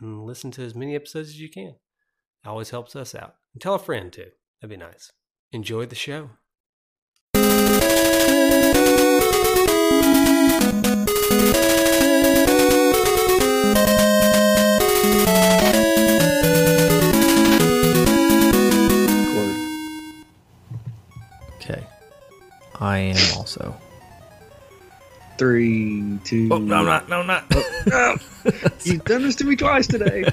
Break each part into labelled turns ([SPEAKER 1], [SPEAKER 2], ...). [SPEAKER 1] and listen to as many episodes as you can. It always helps us out. And tell a friend too. That'd be nice. Enjoy the show.
[SPEAKER 2] Okay. I am also.
[SPEAKER 3] Three, two.
[SPEAKER 2] Oh, no, I'm not. No, I'm not.
[SPEAKER 3] Oh, You've done this to me twice today.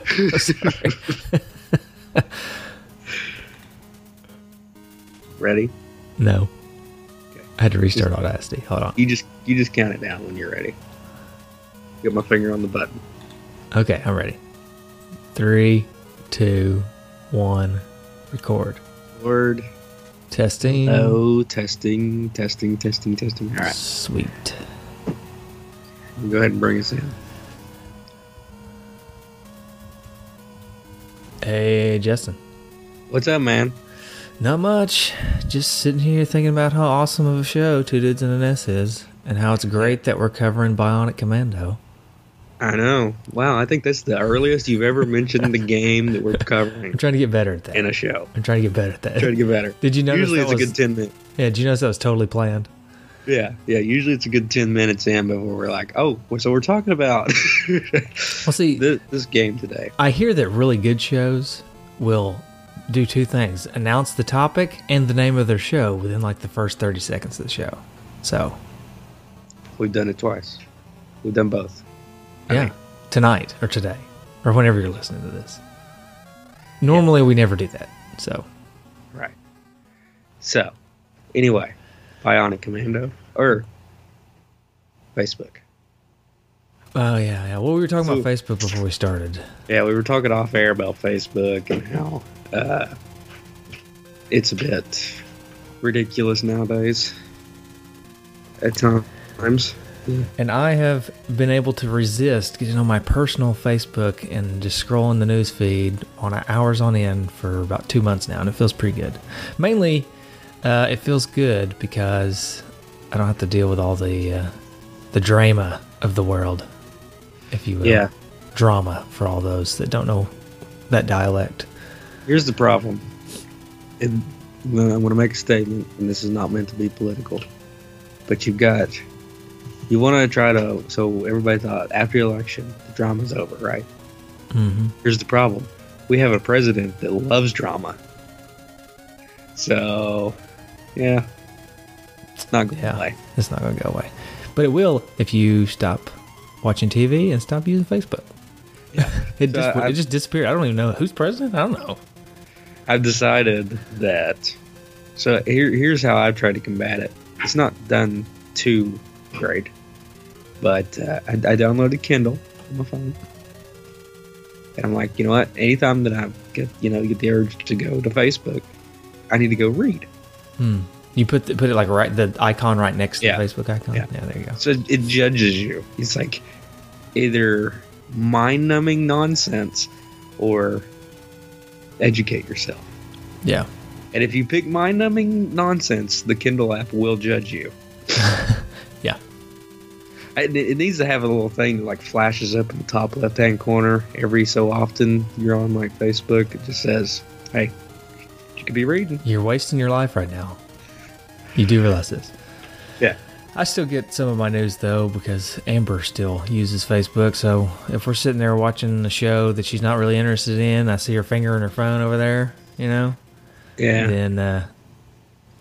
[SPEAKER 3] ready?
[SPEAKER 2] no.
[SPEAKER 3] Okay.
[SPEAKER 2] I had to restart Audacity. Hold on.
[SPEAKER 3] You just you just count it down when you're ready. Get my finger on the button.
[SPEAKER 2] Okay, I'm ready. Three, two, one, record.
[SPEAKER 3] Word.
[SPEAKER 2] Testing.
[SPEAKER 3] Oh, testing, testing, testing, testing. All right,
[SPEAKER 2] Sweet.
[SPEAKER 3] go ahead and bring us in.
[SPEAKER 2] Hey, Justin.
[SPEAKER 3] What's up, man?
[SPEAKER 2] Not much. Just sitting here thinking about how awesome of a show Two Dudes and an S is, and how it's great that we're covering Bionic Commando.
[SPEAKER 3] I know. Wow, I think that's the earliest you've ever mentioned the game that we're
[SPEAKER 2] I'm
[SPEAKER 3] covering
[SPEAKER 2] trying to get better at that.
[SPEAKER 3] in a show.
[SPEAKER 2] I'm trying to get better at that.
[SPEAKER 3] Try to get better.
[SPEAKER 2] Did you notice
[SPEAKER 3] Usually
[SPEAKER 2] that
[SPEAKER 3] it's a
[SPEAKER 2] was-
[SPEAKER 3] good ten minutes.
[SPEAKER 2] Yeah, did you notice that was totally planned?
[SPEAKER 3] Yeah, yeah. Usually it's a good ten minutes in before we're like, oh, so we're talking about this,
[SPEAKER 2] Well, see,
[SPEAKER 3] this game today.
[SPEAKER 2] I hear that really good shows will do two things announce the topic and the name of their show within like the first 30 seconds of the show. So,
[SPEAKER 3] We've done it twice. We've done both.
[SPEAKER 2] yeah,
[SPEAKER 3] Okay.
[SPEAKER 2] tonight or today or whenever you're listening to this. Normally, we never do that. So,
[SPEAKER 3] Right. So, anyway, Bionic Commando or Facebook.
[SPEAKER 2] oh, yeah, yeah. Well, we were talking about
[SPEAKER 3] So-
[SPEAKER 2] Facebook before we started.
[SPEAKER 3] Yeah, we were talking off air about Facebook and how uh, it's a bit ridiculous nowadays at times.
[SPEAKER 2] And I have been able to resist getting on my personal Facebook and just scrolling the news feed on hours on end for about two months now, and it feels pretty good. Mainly, uh, it feels good because I don't have to deal with all the uh, the drama of the world, if you will.
[SPEAKER 3] Yeah.
[SPEAKER 2] Drama for all those that don't know that dialect.
[SPEAKER 3] Here's the problem. And I'm going to make a statement, and this is not meant to be political, but you've got, you want to try to, so everybody thought after the election, the drama's over, right?
[SPEAKER 2] Mm-hmm.
[SPEAKER 3] Here's the problem. We have a president that loves drama. So, yeah. It's not going
[SPEAKER 2] Yeah.
[SPEAKER 3] away.
[SPEAKER 2] It's not going to go away, but it will if you stop watching TV and stop using Facebook.
[SPEAKER 3] Yeah.
[SPEAKER 2] It,
[SPEAKER 3] So
[SPEAKER 2] just,
[SPEAKER 3] I-
[SPEAKER 2] it just disappeared. I don't even know who's president. I don't know.
[SPEAKER 3] I've decided that. So here, here's how I've tried to combat it. It's not done too great, but uh, I, I downloaded Kindle on my phone, and I'm like, you know what? Anytime that I get, you know, get the urge to go to Facebook, I need to go read.
[SPEAKER 2] Hmm. You put the, put it like right the icon right next to
[SPEAKER 3] Yeah.
[SPEAKER 2] the Facebook icon. Yeah.
[SPEAKER 3] Yeah.
[SPEAKER 2] there you go.
[SPEAKER 3] So it judges you. It's like either mind-numbing nonsense or educate yourself.
[SPEAKER 2] Yeah.
[SPEAKER 3] And if you pick mind numbing nonsense, the Kindle app will judge you.
[SPEAKER 2] Yeah.
[SPEAKER 3] It, it needs to have a little thing that like flashes up in the top left hand corner every so often. You're on like Facebook. It just says, "Hey, you could be reading."
[SPEAKER 2] You're wasting your life right now. You do realize this.
[SPEAKER 3] Yeah.
[SPEAKER 2] I still get some of my news though because Amber still uses Facebook. So if we're sitting there watching a show that she's not really interested in, I see her finger in her phone over there, you know,
[SPEAKER 3] Yeah.
[SPEAKER 2] then uh,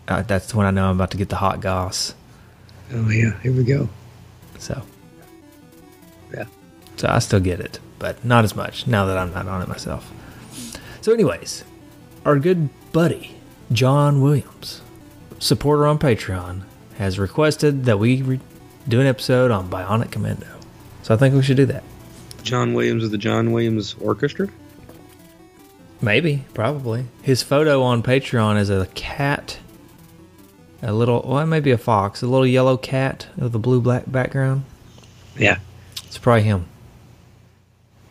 [SPEAKER 2] uh, that's when I know I'm about to get the hot goss.
[SPEAKER 3] Oh yeah. Here we go.
[SPEAKER 2] So
[SPEAKER 3] Yeah.
[SPEAKER 2] So I still get it, but not as much now that I'm not on it myself. So, anyways, our good buddy, John Williams, supporter on Patreon, has requested that we re- do an episode on Bionic Commando. So I think we should do that.
[SPEAKER 3] John Williams of the John Williams Orchestra.
[SPEAKER 2] Maybe, probably. His photo on Patreon is a cat, a little, well, it may be a fox, a little yellow cat with a blue black background.
[SPEAKER 3] Yeah.
[SPEAKER 2] It's probably him.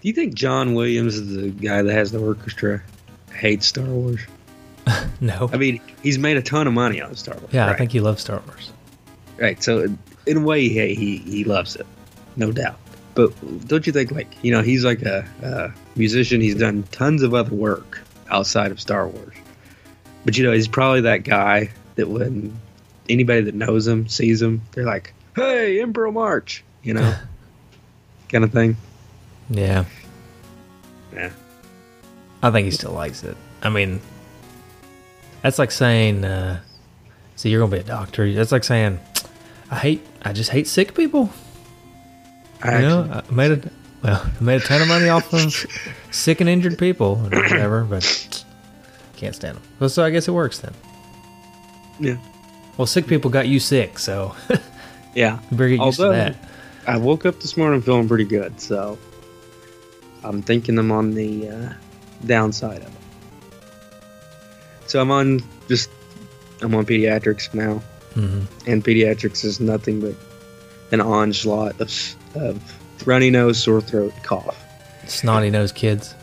[SPEAKER 3] Do you think John Williams is the guy that has the orchestra? Hates Star Wars.
[SPEAKER 2] No.
[SPEAKER 3] I mean, he's made a ton of money on Star Wars.
[SPEAKER 2] Yeah,
[SPEAKER 3] right?
[SPEAKER 2] I think he loves Star Wars.
[SPEAKER 3] Right. So in a way, he he, he loves it, no doubt. But don't you think, like you know, he's like a, a musician. He's done tons of other work outside of Star Wars. But you know, he's probably that guy that when anybody that knows him sees him, they're like, "Hey, Emperor March," you know, kind of thing.
[SPEAKER 2] Yeah.
[SPEAKER 3] Yeah.
[SPEAKER 2] I think he still likes it. I mean, that's like saying, uh, "See, you're gonna be a doctor." That's like saying, "I hate, I just hate sick people."
[SPEAKER 3] I
[SPEAKER 2] you
[SPEAKER 3] actually,
[SPEAKER 2] know, I made a well, I made a ton of money off of sick and injured people and whatever, but can't stand them. Well, so I guess it works then.
[SPEAKER 3] yeah,
[SPEAKER 2] Well, sick people got you sick, so you
[SPEAKER 3] yeah.
[SPEAKER 2] better get used to
[SPEAKER 3] Although-
[SPEAKER 2] that.
[SPEAKER 3] I woke up this morning feeling pretty good, so I'm thinking I'm on the uh, downside of it. So I'm on just I'm on pediatrics now,
[SPEAKER 2] hmm
[SPEAKER 3] and pediatrics is nothing but an onslaught of of runny nose, sore throat, cough.
[SPEAKER 2] Snotty nosed kids.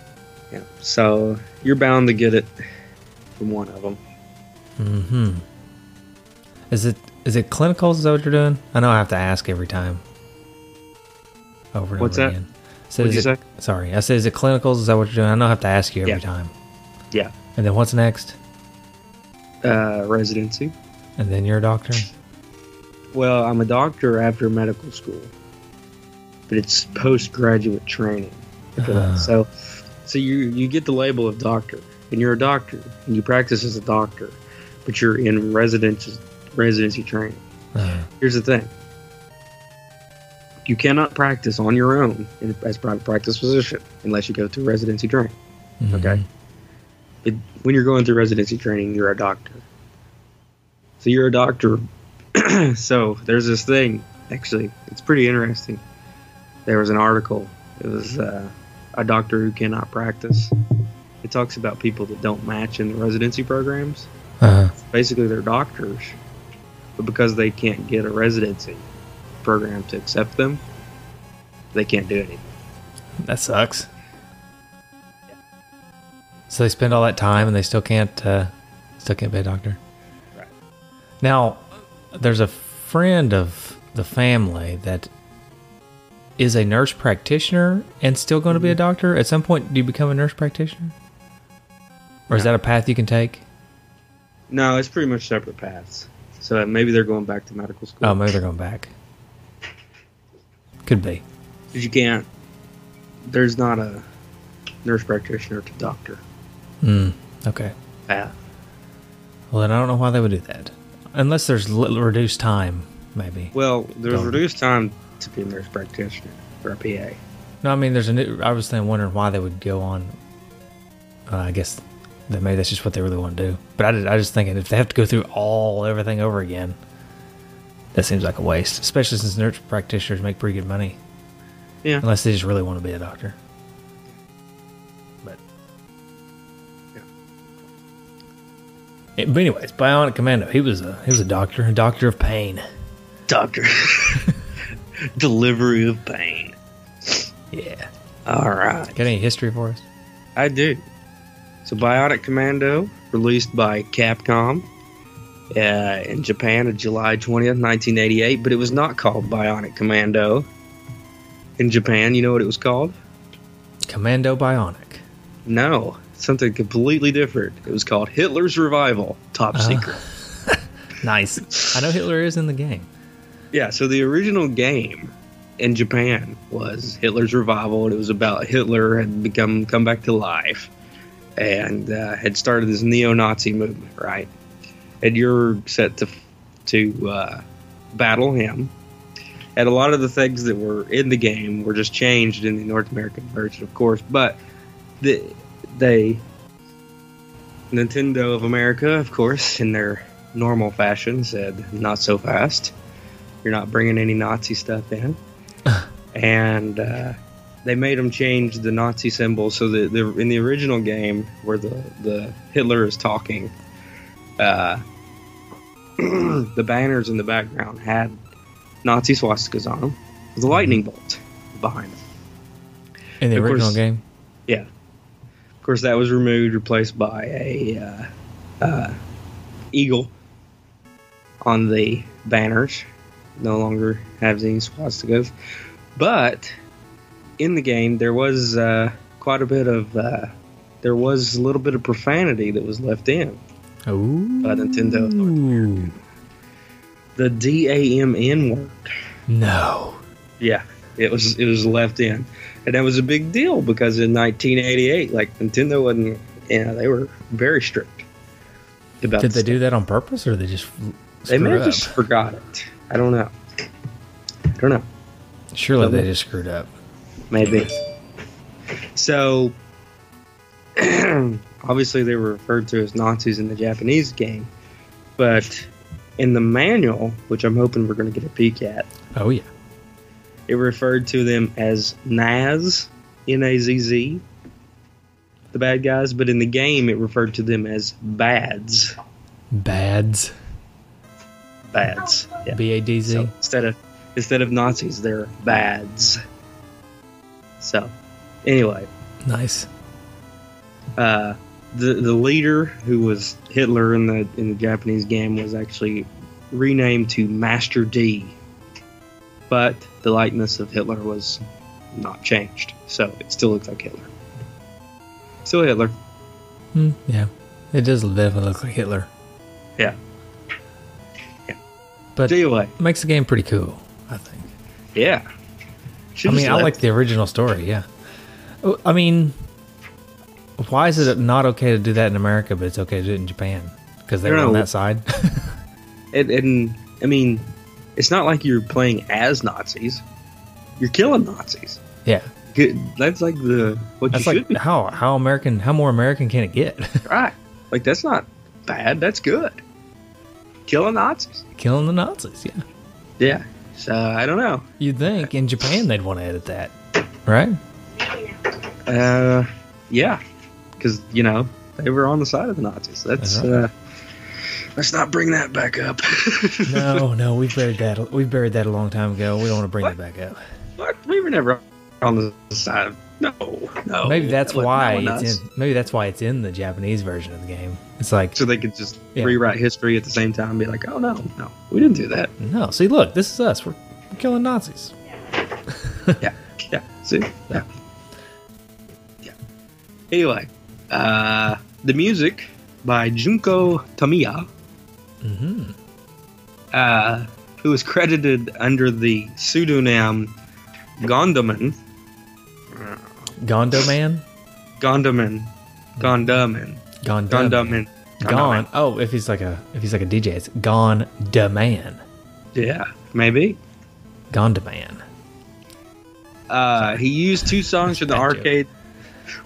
[SPEAKER 3] Yeah. So you're bound to get it from one of them.
[SPEAKER 2] Hmm. Is it is it clinicals? Is that what you're doing? I know I have to ask every time. Over and
[SPEAKER 3] What's
[SPEAKER 2] over
[SPEAKER 3] that?
[SPEAKER 2] again. I said,
[SPEAKER 3] What'd
[SPEAKER 2] is
[SPEAKER 3] you
[SPEAKER 2] it- Sorry, I said, is it clinicals? Is that what you're doing? I know I have to ask you every
[SPEAKER 3] Yeah.
[SPEAKER 2] time.
[SPEAKER 3] Yeah.
[SPEAKER 2] And then what's next?
[SPEAKER 3] Uh, residency.
[SPEAKER 2] And then you're a doctor.
[SPEAKER 3] Well, I'm a doctor after medical school, but it's postgraduate training. after that.
[SPEAKER 2] Ah.
[SPEAKER 3] So, so you you get the label of doctor, and you're a doctor, and you practice as a doctor, but you're in residency residency training.
[SPEAKER 2] Uh,
[SPEAKER 3] Here's the thing: you cannot practice on your own in, as private practice physician unless you go through residency training.
[SPEAKER 2] mhm.
[SPEAKER 3] Okay. But when you're going through residency training, you're a doctor. So you're a doctor. so there's this thing. Actually, it's pretty interesting. There was an article. It was uh, a doctor who cannot practice. It talks about people that don't match in the residency programs.
[SPEAKER 2] Uh,
[SPEAKER 3] Basically, they're doctors, but because they can't get a residency program to accept them, they can't do anything.
[SPEAKER 2] that sucks. So they spend all that time and they still can't uh, still can't be a doctor.
[SPEAKER 3] Right.
[SPEAKER 2] Now, there's a friend of the family that is a nurse practitioner and still going to be a doctor. At some point, do you become a nurse practitioner, or is
[SPEAKER 3] No.
[SPEAKER 2] that a path you can take?
[SPEAKER 3] No, it's pretty much separate paths. So maybe they're going back to medical school.
[SPEAKER 2] Oh, maybe they're going back. Could be.
[SPEAKER 3] Because you can't. There's not a nurse practitioner to doctor
[SPEAKER 2] Mm, okay.
[SPEAKER 3] path.
[SPEAKER 2] Well, then I don't know why they would do that, unless there's li- reduced time, maybe.
[SPEAKER 3] Well, there's
[SPEAKER 2] Don't.
[SPEAKER 3] reduced time to be a nurse practitioner or a PA.
[SPEAKER 2] No, I mean, there's a new. I was thinking, wondering why they would go on. Uh, I guess that maybe that's just what they really want to do. But I, did, I just thinking if they have to go through all everything over again, that seems like a waste. Especially since nurse practitioners make pretty good money,
[SPEAKER 3] Yeah.
[SPEAKER 2] unless they just really want to be a doctor. But
[SPEAKER 3] Yeah.
[SPEAKER 2] Eh, But anyways, Bionic Commando. He was a he was a doctor, a doctor of pain.
[SPEAKER 3] Doctor. Delivery of pain.
[SPEAKER 2] Yeah.
[SPEAKER 3] All right.
[SPEAKER 2] Got any history for us?
[SPEAKER 3] I do. So, Bionic Commando, released by Capcom uh, in Japan on July 20th, 1988, but it was not called Bionic Commando in Japan. You know what it was called?
[SPEAKER 2] Commando Bionic.
[SPEAKER 3] No, something completely different. It was called Hitler's Revival, top secret.
[SPEAKER 2] Nice. I know Hitler is in the game.
[SPEAKER 3] Yeah, so the original game in Japan was Hitler's Revival, and it was about Hitler had become come back to life and uh, had started this neo-Nazi movement, right? And you're set to to uh, battle him. And a lot of the things that were in the game were just changed in the North American version, of course. But the, they, Nintendo of America, of course, in their normal fashion, said, "Not so fast. You're not bringing any Nazi stuff in." and uh, they made them change the Nazi symbol so that the, in the original game where the, the Hitler is talking, uh, the banners in the background had Nazi swastikas on them with a lightning bolt behind them.
[SPEAKER 2] in the
[SPEAKER 3] Of course.
[SPEAKER 2] original game.
[SPEAKER 3] Yeah. Of course, that was removed, replaced by a uh, uh, eagle on the banners. No longer has any swastikas. But in the game, there was uh, quite a bit of. Uh, there was a little bit of profanity that was left in
[SPEAKER 2] Ooh.
[SPEAKER 3] by Nintendo. The D A M N word.
[SPEAKER 2] No.
[SPEAKER 3] Yeah, it was it was left in, and that was a big deal because in 1988, like Nintendo wasn't, yeah, they were very strict about.
[SPEAKER 2] Did they
[SPEAKER 3] this
[SPEAKER 2] do that on purpose, or they just f-
[SPEAKER 3] stuff. They may
[SPEAKER 2] screwed
[SPEAKER 3] have
[SPEAKER 2] up?
[SPEAKER 3] just forgot it. I don't know. I don't know.
[SPEAKER 2] Surely they just screwed up.
[SPEAKER 3] Maybe. So, obviously, they were referred to as Nazis in the Japanese game, but in the manual, which I'm hoping we're going to get a peek at,
[SPEAKER 2] Oh yeah.
[SPEAKER 3] It referred to them as Naz, N A Z Z, the bad guys, but in the game it referred to them as Bads.
[SPEAKER 2] Bads.
[SPEAKER 3] Bads. Yeah.
[SPEAKER 2] B A D Z.
[SPEAKER 3] So instead of instead of Nazis, they're Bads. So, anyway,
[SPEAKER 2] Nice.
[SPEAKER 3] uh, the the leader who was Hitler in the in the Japanese game was actually renamed to Master D, but the likeness of Hitler was not changed, so it still looks like Hitler. Still Hitler.
[SPEAKER 2] Hmm, yeah. It does definitely look like Hitler.
[SPEAKER 3] Yeah.
[SPEAKER 2] But it
[SPEAKER 3] Anyway,
[SPEAKER 2] makes the game pretty cool, I think.
[SPEAKER 3] yeah.
[SPEAKER 2] I
[SPEAKER 3] Should've
[SPEAKER 2] mean,
[SPEAKER 3] just
[SPEAKER 2] I
[SPEAKER 3] left.
[SPEAKER 2] like the original story, yeah. Oh, I mean, why is it not okay to do that in America, but it's okay to do it in Japan? Because they
[SPEAKER 3] I
[SPEAKER 2] were
[SPEAKER 3] don't
[SPEAKER 2] on
[SPEAKER 3] know.
[SPEAKER 2] that side?
[SPEAKER 3] and, and I mean, it's not like you're playing as Nazis. You're killing Nazis.
[SPEAKER 2] yeah.
[SPEAKER 3] Good- That's like the what
[SPEAKER 2] That's
[SPEAKER 3] you
[SPEAKER 2] like,
[SPEAKER 3] should be.
[SPEAKER 2] how, how American, how more American can it get?
[SPEAKER 3] Right. Like that's not bad. That's good. Killing Nazis.
[SPEAKER 2] Killing the Nazis, yeah.
[SPEAKER 3] Yeah. So I don't know.
[SPEAKER 2] You'd think in Japan they'd want to edit that, right?
[SPEAKER 3] Uh, yeah, because you know they were on the side of the Nazis. That's
[SPEAKER 2] Uh-huh.
[SPEAKER 3] uh, let's not bring that back up.
[SPEAKER 2] No, no, we buried that. We buried that a long time ago. We don't want to bring
[SPEAKER 3] What?
[SPEAKER 2] that back up.
[SPEAKER 3] Fuck, we were never on the side. of... No, no.
[SPEAKER 2] maybe that's
[SPEAKER 3] that wasn't
[SPEAKER 2] why
[SPEAKER 3] on us.
[SPEAKER 2] it's in. Maybe that's why it's in the Japanese version of the game. It's like
[SPEAKER 3] So they could just
[SPEAKER 2] Yeah.
[SPEAKER 3] rewrite history at the same time and be like, oh no, no, we didn't do that.
[SPEAKER 2] no, see, look, this is us. We're killing Nazis.
[SPEAKER 3] yeah, yeah. See, yeah, yeah. Anyway, uh, the music by Junko Tamiya,
[SPEAKER 2] Mm-hmm.
[SPEAKER 3] uh, who is credited under the pseudonym Gondaman,
[SPEAKER 2] Gondo man.
[SPEAKER 3] Gondaman, Gondaman,
[SPEAKER 2] Gondo.
[SPEAKER 3] Gondaman,
[SPEAKER 2] Gone. Oh, if he's like a if he's like a DJ, it's gone da man.
[SPEAKER 3] Yeah, maybe.
[SPEAKER 2] Gondo man.
[SPEAKER 3] Uh, he used two songs from the
[SPEAKER 2] Bad joke.
[SPEAKER 3] arcade.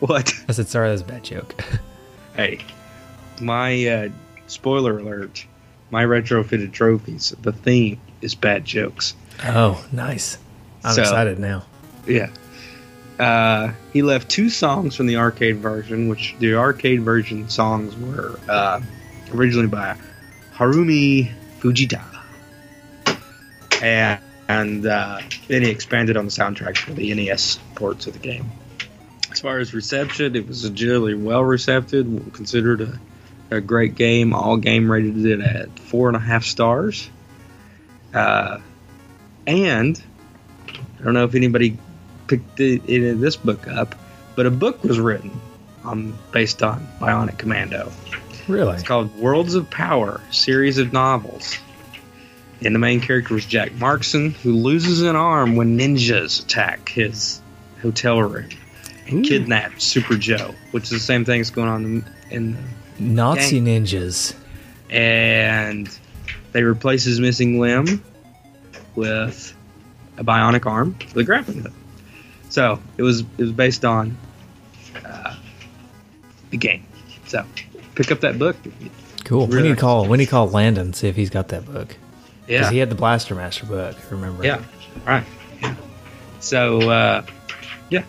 [SPEAKER 3] What?
[SPEAKER 2] I said sorry, that's a bad joke.
[SPEAKER 3] Hey, my uh, spoiler alert. My retrofitted trophies. The theme is bad jokes.
[SPEAKER 2] oh, nice. I'm
[SPEAKER 3] So-
[SPEAKER 2] excited now.
[SPEAKER 3] Yeah. Uh, he left two songs from the arcade version, which the arcade version songs were uh, originally by Harumi Fujita. And, and uh, then he expanded on the soundtrack for the NES ports of the game. As far as reception, it was generally well received, considered a, a great game. All game rated it at four and a half stars. Uh, and I don't know if anybody picked it, it, this book up, but a book was written um, based on Bionic Commando.
[SPEAKER 2] Really?
[SPEAKER 3] It's called Worlds of Power: Series of Novels, And the main character was Jack Markson, who loses an arm when ninjas attack his hotel room and kidnap Super Joe, which is the same thing that's going on in, in the
[SPEAKER 2] Nazi ninjas.
[SPEAKER 3] and they replace his missing limb with a bionic arm for the grappling hook. So it was it was based on uh, the game. So pick up that book.
[SPEAKER 2] Cool. We
[SPEAKER 3] Really?
[SPEAKER 2] need to call. We need to call Landon and see if he's got that book because
[SPEAKER 3] Yeah,
[SPEAKER 2] he had the Blaster Master book. Remember?
[SPEAKER 3] yeah, all right. So uh, yeah,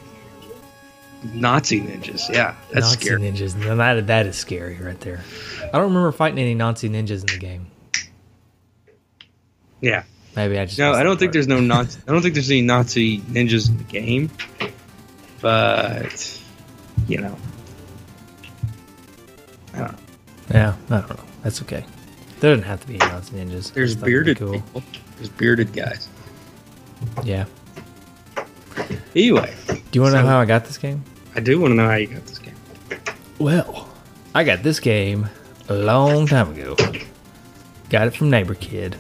[SPEAKER 3] Nazi ninjas. Yeah, that's
[SPEAKER 2] Nazi
[SPEAKER 3] scary.
[SPEAKER 2] ninjas. Now that that is scary right there. I don't remember fighting any Nazi ninjas in the game.
[SPEAKER 3] Yeah.
[SPEAKER 2] Maybe I just
[SPEAKER 3] No,
[SPEAKER 2] missed
[SPEAKER 3] I
[SPEAKER 2] that
[SPEAKER 3] don't think
[SPEAKER 2] part.
[SPEAKER 3] there's no Nazi. I don't think there's any Nazi ninjas in the game, but you know,
[SPEAKER 2] Yeah, I don't know. That's okay. There doesn't have to be any Nazi ninjas.
[SPEAKER 3] there's
[SPEAKER 2] That would be
[SPEAKER 3] bearded people. There's bearded guys.
[SPEAKER 2] Yeah.
[SPEAKER 3] Anyway,
[SPEAKER 2] Do you want to
[SPEAKER 3] So-
[SPEAKER 2] know how I got this game?
[SPEAKER 3] I do want to know how you got this game.
[SPEAKER 2] Well, I got this game a long time ago. Got it from Neighbor Kid.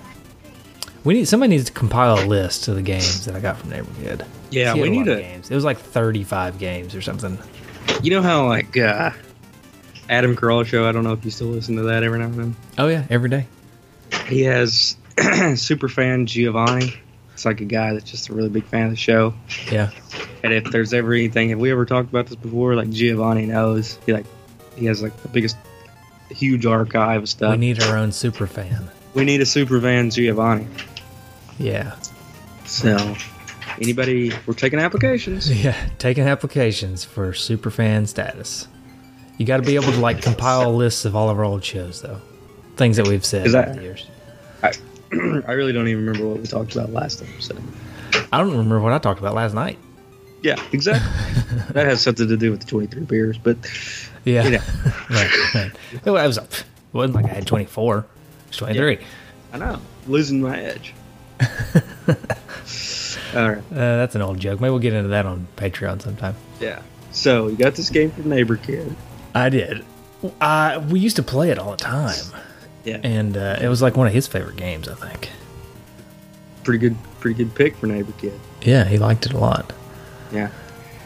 [SPEAKER 2] We need somebody needs to compile a list of the games that I got from Neighbor Kid.
[SPEAKER 3] Yeah,
[SPEAKER 2] He had
[SPEAKER 3] we
[SPEAKER 2] a lot
[SPEAKER 3] need
[SPEAKER 2] of
[SPEAKER 3] to.
[SPEAKER 2] games. It was like 35 games or something.
[SPEAKER 3] You know how like uh, Adam Carolla show. I don't know if you still listen to that every now and then.
[SPEAKER 2] Oh yeah, every day.
[SPEAKER 3] He has super fan Giovanni. It's like a guy that's just a really big fan of the show.
[SPEAKER 2] Yeah.
[SPEAKER 3] And if there's ever anything, have we ever talked about this before? Like Giovanni knows. He like he has like the biggest, huge archive of stuff.
[SPEAKER 2] we need our own super fan.
[SPEAKER 3] we need a super van Giovanni.
[SPEAKER 2] Yeah.
[SPEAKER 3] So anybody, we're taking applications.
[SPEAKER 2] Yeah, taking applications for super fan status. You got to be able to like compile lists of all of our old shows though. Things that we've said
[SPEAKER 3] Is that-
[SPEAKER 2] over the years.
[SPEAKER 3] I really don't even remember what we talked about last episode.
[SPEAKER 2] I don't remember what I talked about last night.
[SPEAKER 3] Yeah, exactly. that has something to do with the 23 beers, but
[SPEAKER 2] Yeah.
[SPEAKER 3] You know.
[SPEAKER 2] right, right. It was, it wasn't like I had 24. It was 23.
[SPEAKER 3] I know losing my edge. All right.
[SPEAKER 2] Uh, that's an old joke. Maybe we'll get into that on Patreon sometime.
[SPEAKER 3] Yeah. So you got this game from Neighbor Kid.
[SPEAKER 2] I did. I, we used to play it all the time.
[SPEAKER 3] Yeah.
[SPEAKER 2] And uh, it was like one of his favorite games, I think.
[SPEAKER 3] Pretty good. Pretty good pick for Neighbor Kid.
[SPEAKER 2] Yeah, he liked it a lot.
[SPEAKER 3] Yeah.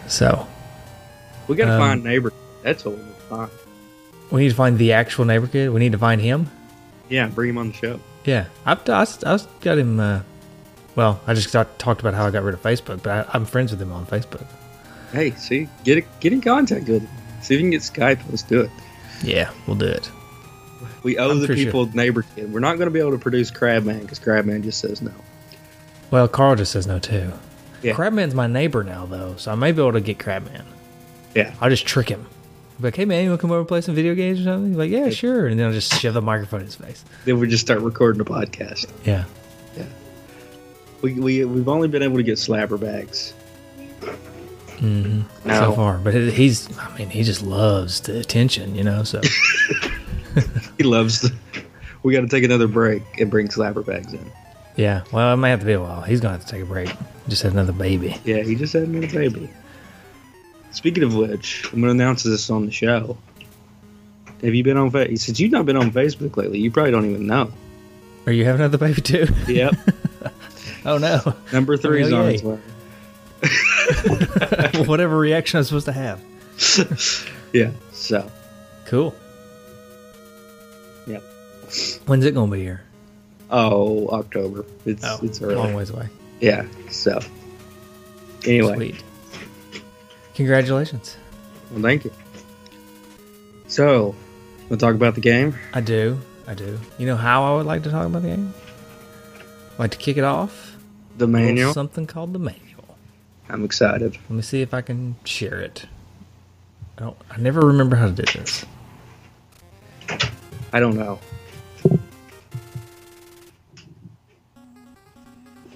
[SPEAKER 2] So
[SPEAKER 3] We gotta
[SPEAKER 2] Um,
[SPEAKER 3] find Neighbor. That's what we need to find.
[SPEAKER 2] we need to find the actual neighbor kid. We need to find him.
[SPEAKER 3] Yeah. Bring him on the show.
[SPEAKER 2] Yeah, I've, I, have got him. Uh, well, I just got, talked about how I got rid of Facebook, but I, I'm friends with him on Facebook.
[SPEAKER 3] Hey, see, get it, get in contact with him. See if you can get Skype. Let's do it.
[SPEAKER 2] Yeah, we'll do it.
[SPEAKER 3] We owe
[SPEAKER 2] I'm
[SPEAKER 3] the
[SPEAKER 2] pretty
[SPEAKER 3] people Neighbor Kid. We're not gonna be able to produce Crabman because Crabman just says no.
[SPEAKER 2] Well, Carl just says no too.
[SPEAKER 3] Yeah.
[SPEAKER 2] Crabman's my neighbor now though, so I may be able to get Crabman.
[SPEAKER 3] Yeah.
[SPEAKER 2] I'll just trick him. I'll be like, hey man, you wanna come over and play some video games or something? He's like, Yeah, sure. And then I'll just shove the microphone in his face.
[SPEAKER 3] Then we just start recording a podcast.
[SPEAKER 2] Yeah.
[SPEAKER 3] We, we we've only been able to get slabber bags.
[SPEAKER 2] hmm
[SPEAKER 3] No.
[SPEAKER 2] So far. But he- he's I mean, he just loves the attention, you know, so
[SPEAKER 3] He loves the. We got to take another break and bring slabber bags in.
[SPEAKER 2] yeah. Well it may have to be a while. He's gonna have to take a break. Just had another baby.
[SPEAKER 3] Yeah, he just had another baby. Speaking of which, I'm gonna announce this on the show. Have you been on Facebook? Since you've not been on Facebook lately, you probably don't even know.
[SPEAKER 2] Or you have another baby too?
[SPEAKER 3] Yep,
[SPEAKER 2] oh no.
[SPEAKER 3] number three's on its
[SPEAKER 2] yay.
[SPEAKER 3] way.
[SPEAKER 2] Whatever reaction I'm supposed to have.
[SPEAKER 3] Yeah, so
[SPEAKER 2] Cool.
[SPEAKER 3] Yep.
[SPEAKER 2] When's it gonna be here?
[SPEAKER 3] oh, October. It's it's
[SPEAKER 2] a long
[SPEAKER 3] early.
[SPEAKER 2] ways away.
[SPEAKER 3] Yeah, so anyway,
[SPEAKER 2] Sweet. Congratulations.
[SPEAKER 3] well, thank you. So, we'll talk about the game.
[SPEAKER 2] I do. I do. You know how I would like to talk about the game? I'd like to kick it off.
[SPEAKER 3] The
[SPEAKER 2] with
[SPEAKER 3] manual.
[SPEAKER 2] Something called the manual.
[SPEAKER 3] I'm excited.
[SPEAKER 2] Let me see if I can share it. I don't. I never remember how to do this.
[SPEAKER 3] I don't know.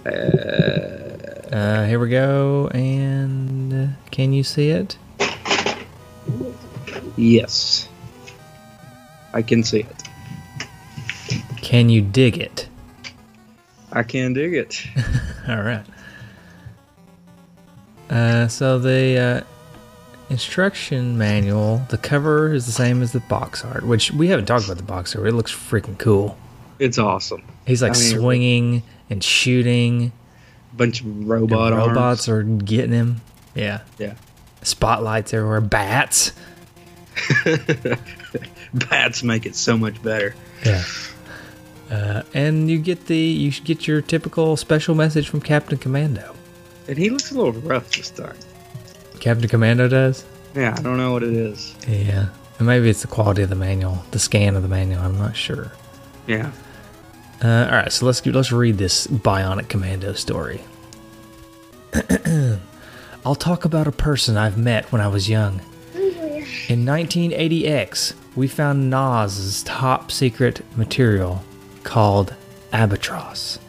[SPEAKER 3] Uh,
[SPEAKER 2] Uh, here we go. And uh, can you see it?
[SPEAKER 3] yes, I can see it.
[SPEAKER 2] Can you dig it?
[SPEAKER 3] I can dig it.
[SPEAKER 2] All right. Uh, so the uh, instruction manual, the cover is the same as the box art, which we haven't talked about the box art. It looks freaking cool.
[SPEAKER 3] It's awesome.
[SPEAKER 2] He's like
[SPEAKER 3] I mean-
[SPEAKER 2] swinging and shooting.
[SPEAKER 3] Bunch of
[SPEAKER 2] and
[SPEAKER 3] robot arms.
[SPEAKER 2] robots are getting him. Yeah.
[SPEAKER 3] Yeah.
[SPEAKER 2] Spotlights everywhere. Bats.
[SPEAKER 3] Bats make it so much better.
[SPEAKER 2] Yeah. Uh, and you get the you should get your typical special message from Captain Commando.
[SPEAKER 3] And he looks a little rough this time.
[SPEAKER 2] Captain Commando does.
[SPEAKER 3] Yeah, I don't know what it is.
[SPEAKER 2] Yeah. And maybe it's the quality of the manual, the scan of the manual. I'm not sure.
[SPEAKER 3] Yeah.
[SPEAKER 2] Uh, all right, so let's let's read this bionic commando story. I'll talk about a person I've met when I was young. In 1980X, we found Nas's top secret material called Albatross,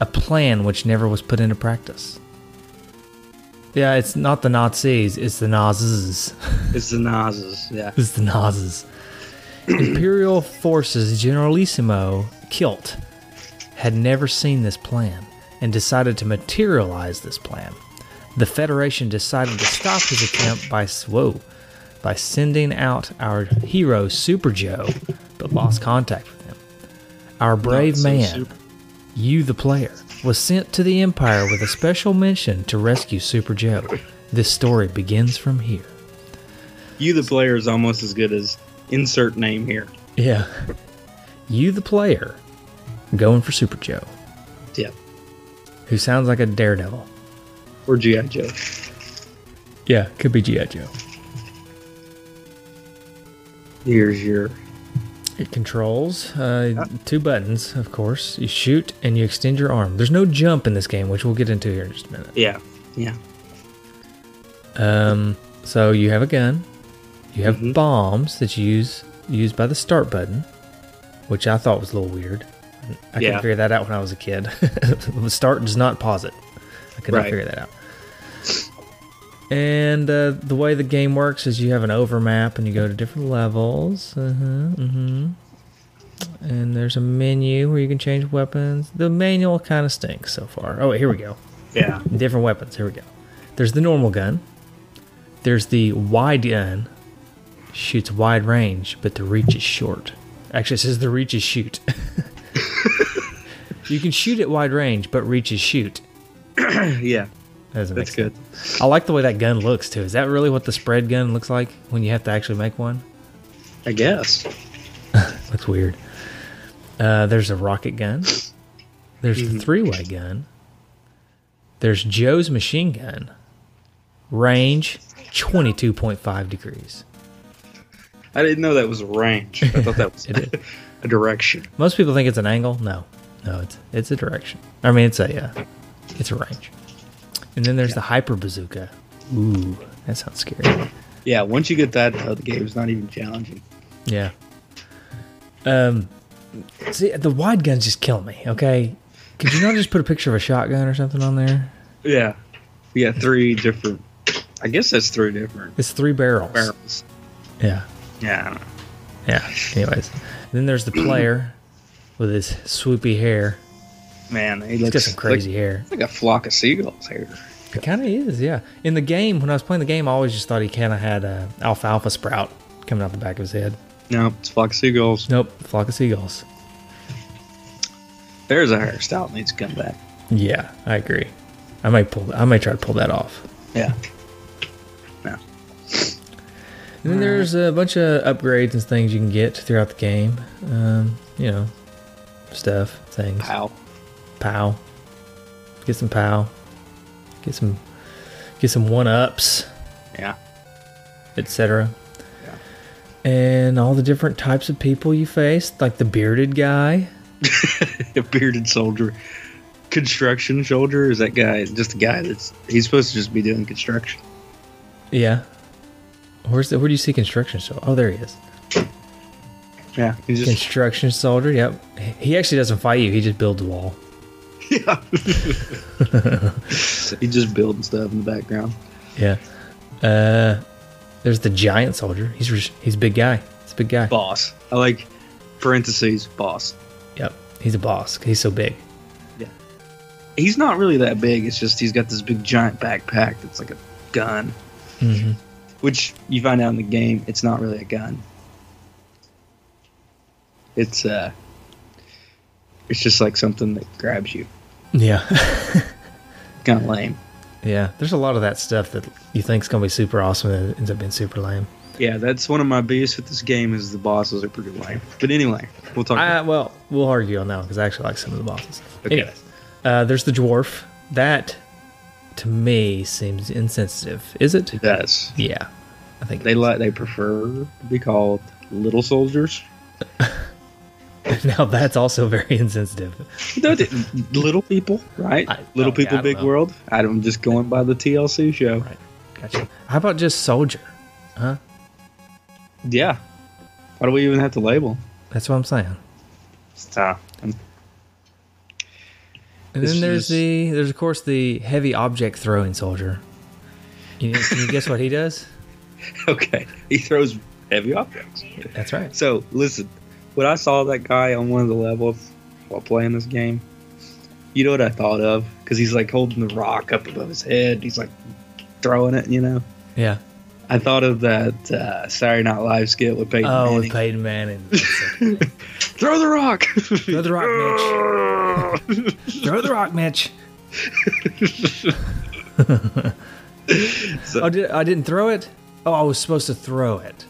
[SPEAKER 2] a plan which never was put into practice. Yeah, it's not the Nazis, it's the Nazis.
[SPEAKER 3] It's the Nazis. Yeah.
[SPEAKER 2] This is the Nazis. Imperial Forces Generalissimo Kilt had never seen this plan and decided to materialize this plan. The Federation decided to stop his attempt by whoa, by sending out our hero Super Joe, but lost contact with him. Our brave
[SPEAKER 3] Not so
[SPEAKER 2] man,
[SPEAKER 3] super-
[SPEAKER 2] you the player, was sent to the Empire with a special mission to rescue Super Joe. This story begins from here.
[SPEAKER 3] You, the player, is almost as good as insert name here.
[SPEAKER 2] Yeah. You, the player, going for Super Joe,
[SPEAKER 3] Yeah.
[SPEAKER 2] who sounds like a daredevil.
[SPEAKER 3] Or G.I. Joe.
[SPEAKER 2] Yeah, could be G.I. Joe.
[SPEAKER 3] Here's your.
[SPEAKER 2] It controls uh, two buttons, of course. You shoot and you extend your arm. There's no jump in this game, which we'll get into here in just a minute.
[SPEAKER 3] Yeah. Yeah.
[SPEAKER 2] Um, so you have a gun, you have
[SPEAKER 3] Mhm.
[SPEAKER 2] bombs that you use used by the start button, which I thought was a little weird. I
[SPEAKER 3] Yeah.
[SPEAKER 2] couldn't figure that out when I was a kid. The start does not pause it. I could not
[SPEAKER 3] Right.
[SPEAKER 2] figure that out. And uh, the way the game works is you have an overmap and you go to different levels. Uh-huh, hmm And there's a menu where you can change weapons. The manual kind of stinks so far. Oh, here we go.
[SPEAKER 3] Yeah.
[SPEAKER 2] Different weapons. Here we go. There's the normal gun. There's the wide gun. Shoots wide range, but the reach is short. Actually, it says the reach is shoot. you can shoot at wide range, but reach is shoot.
[SPEAKER 3] Yeah.
[SPEAKER 2] That doesn't
[SPEAKER 3] That's
[SPEAKER 2] make
[SPEAKER 3] good.
[SPEAKER 2] sense. I like the way that gun looks too. Is that really what the spread gun looks like when you have to actually make one?
[SPEAKER 3] I guess.
[SPEAKER 2] Looks weird. Uh, there's a rocket gun. There's the three-way gun. There's Joe's machine gun. Range 22.5 degrees.
[SPEAKER 3] I didn't know that was a range. I thought that was
[SPEAKER 2] It is.
[SPEAKER 3] a direction.
[SPEAKER 2] Most people think it's an angle. No, no, it's it's a direction. I mean, it's a uh, it's a range. And then there's the hyper bazooka. Ooh, that sounds scary.
[SPEAKER 3] Yeah. Once you get that, though, the game's not even challenging.
[SPEAKER 2] Yeah. Um, see, the wide guns just kill me. Okay, could you not just put a picture of a shotgun or something on there?
[SPEAKER 3] Yeah. We got three different. I guess that's three different
[SPEAKER 2] It's three barrels.
[SPEAKER 3] barrels.
[SPEAKER 2] Yeah.
[SPEAKER 3] Yeah. I don't know.
[SPEAKER 2] Yeah. Anyways, then there's the player with his swoopy hair.
[SPEAKER 3] Man, he
[SPEAKER 2] He's
[SPEAKER 3] looks
[SPEAKER 2] got some crazy hair.
[SPEAKER 3] Like, like a flock of seagulls here.
[SPEAKER 2] It kind of is, yeah. In the game, when I was playing the game, I always just thought he kind of had a alfalfa sprout coming out the back of his head.
[SPEAKER 3] No, it's flock of seagulls.
[SPEAKER 2] Nope, flock of seagulls.
[SPEAKER 3] There's a hairstyle that needs to come back.
[SPEAKER 2] Yeah, I agree. I might pull. I might try to pull that off.
[SPEAKER 3] Yeah. No.
[SPEAKER 2] And then there's a bunch of upgrades and things you can get throughout the game. Um, you know, stuff, things.
[SPEAKER 3] How?
[SPEAKER 2] Pow. Get some pow. Get some. Get some one ups.
[SPEAKER 3] Yeah.
[SPEAKER 2] etc. And all the different types of people you faced, like the bearded guy.
[SPEAKER 3] A bearded soldier. Construction soldier? Is that guy just a guy that's. He's supposed to just be doing construction.
[SPEAKER 2] Yeah. Where's the, where do you see construction soldier? Oh, there he is.
[SPEAKER 3] Yeah. He's just.
[SPEAKER 2] Construction soldier. Yep. He actually doesn't fight you. He just builds a wall.
[SPEAKER 3] Yeah. he's just building stuff in the background.
[SPEAKER 2] Yeah. Uh, there's the giant soldier. He's re- he's a big guy. He's a big guy.
[SPEAKER 3] Boss. I like parentheses, boss.
[SPEAKER 2] Yep. He's a boss. He's so big.
[SPEAKER 3] He's not really that big. It's just he's got this big giant backpack that's like a gun.
[SPEAKER 2] hmm
[SPEAKER 3] which you find out in the game it's not really a gun it's uh It's just like something that grabs you.
[SPEAKER 2] Yeah.
[SPEAKER 3] Kind of lame.
[SPEAKER 2] yeah. There's a lot of that stuff that you think's going to be super awesome and it ends up being super lame.
[SPEAKER 3] Yeah, that's one of my beefs with this game is the bosses are pretty lame. But anyway, we'll talk.
[SPEAKER 2] I,
[SPEAKER 3] About
[SPEAKER 2] well, we'll argue on that because I actually like some of the bosses.
[SPEAKER 3] Okay.
[SPEAKER 2] Anyway, uh, there's the dwarf. That, to me, seems insensitive. Is it?
[SPEAKER 3] it. That's
[SPEAKER 2] Yeah. I think
[SPEAKER 3] they like they prefer to be called little soldiers.
[SPEAKER 2] now that's also very insensitive.
[SPEAKER 3] No, they- little people, right?
[SPEAKER 2] I-
[SPEAKER 3] little
[SPEAKER 2] oh, yeah,
[SPEAKER 3] people,
[SPEAKER 2] I don't
[SPEAKER 3] big
[SPEAKER 2] know.
[SPEAKER 3] world. I'm just going by the TLC show.
[SPEAKER 2] Right. Gotcha. How about just soldier? Huh?
[SPEAKER 3] Yeah. Why do we even have to label?
[SPEAKER 2] That's what I'm saying.
[SPEAKER 3] Stop.
[SPEAKER 2] And
[SPEAKER 3] It's
[SPEAKER 2] then there's
[SPEAKER 3] just-
[SPEAKER 2] the there's of course the heavy object throwing soldier. You, can you guess what he does?
[SPEAKER 3] Okay, he throws heavy objects.
[SPEAKER 2] That's right.
[SPEAKER 3] So listen, when I saw that guy on one of the levels while playing this game, you know what I thought of? Because he's like holding the rock up above his head. He's like throwing it. You know,
[SPEAKER 2] Yeah.
[SPEAKER 3] I thought of that uh, Saturday Night Live skit with Peyton
[SPEAKER 2] Oh,
[SPEAKER 3] Manning.
[SPEAKER 2] with Peyton Manning. That's it.
[SPEAKER 3] Throw the rock.
[SPEAKER 2] Throw the rock, Mitch. Throw the rock, Mitch.
[SPEAKER 3] So-
[SPEAKER 2] oh, did, I didn't throw it. Oh, I was supposed to throw it.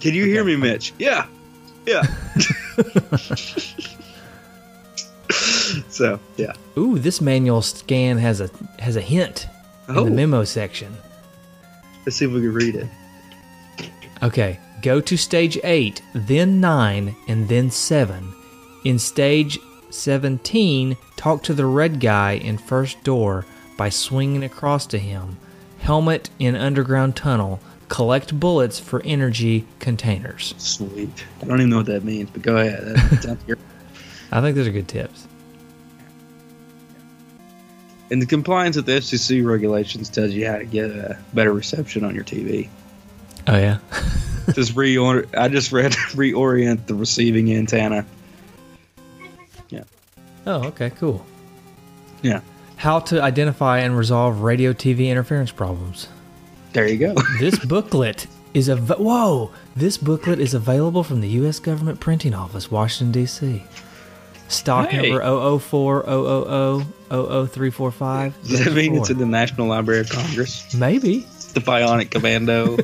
[SPEAKER 3] Can you hear me, Mitch? Yeah, yeah. so yeah.
[SPEAKER 2] Ooh, this manual scan has a has a hint in
[SPEAKER 3] Oh,
[SPEAKER 2] the memo section.
[SPEAKER 3] let's see if we can read it.
[SPEAKER 2] Okay, go to stage 8, then 9, and then 7. In stage 17, talk to the red guy in first door by swinging across to him. Helmet in underground tunnel. Collect bullets for energy containers.
[SPEAKER 3] Sweet. I don't even know what that means, but go ahead. That sounds great.
[SPEAKER 2] I think those are good tips.
[SPEAKER 3] And the compliance with the FCC regulations tells you how to get a better reception on your TV.
[SPEAKER 2] Oh, yeah?
[SPEAKER 3] just reorder. I just read reorient the receiving antenna.
[SPEAKER 2] Oh, okay, cool.
[SPEAKER 3] Yeah.
[SPEAKER 2] How to identify and resolve radio TV interference problems.
[SPEAKER 3] There you go.
[SPEAKER 2] this booklet is a whoa this booklet is available from the u.s government printing office washington d.c stock
[SPEAKER 3] Hey.
[SPEAKER 2] number 004 000 00345
[SPEAKER 3] Does that mean it's in the National Library of Congress?
[SPEAKER 2] maybe
[SPEAKER 3] It's the Bionic Commando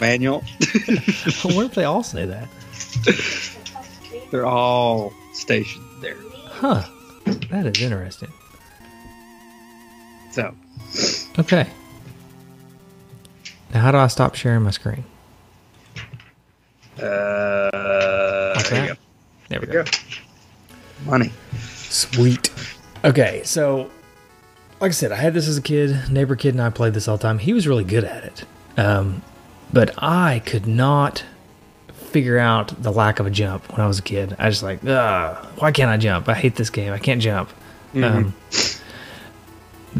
[SPEAKER 3] manual.
[SPEAKER 2] what if they all say that
[SPEAKER 3] They're all stationed there.
[SPEAKER 2] huh that is interesting
[SPEAKER 3] So
[SPEAKER 2] okay now how do i stop sharing my screen
[SPEAKER 3] uh,
[SPEAKER 2] Like
[SPEAKER 3] there you
[SPEAKER 2] that?
[SPEAKER 3] go.
[SPEAKER 2] there we
[SPEAKER 3] There you go. Money.
[SPEAKER 2] Sweet. Okay, so like I said, I had this as a kid. Neighbor kid and I played this all the time. He was really good at it, um, but I could not figure out the lack of a jump when I was a kid. I just like, Ugh, why can't I jump? I hate this game. I can't jump. Mm-hmm. Um,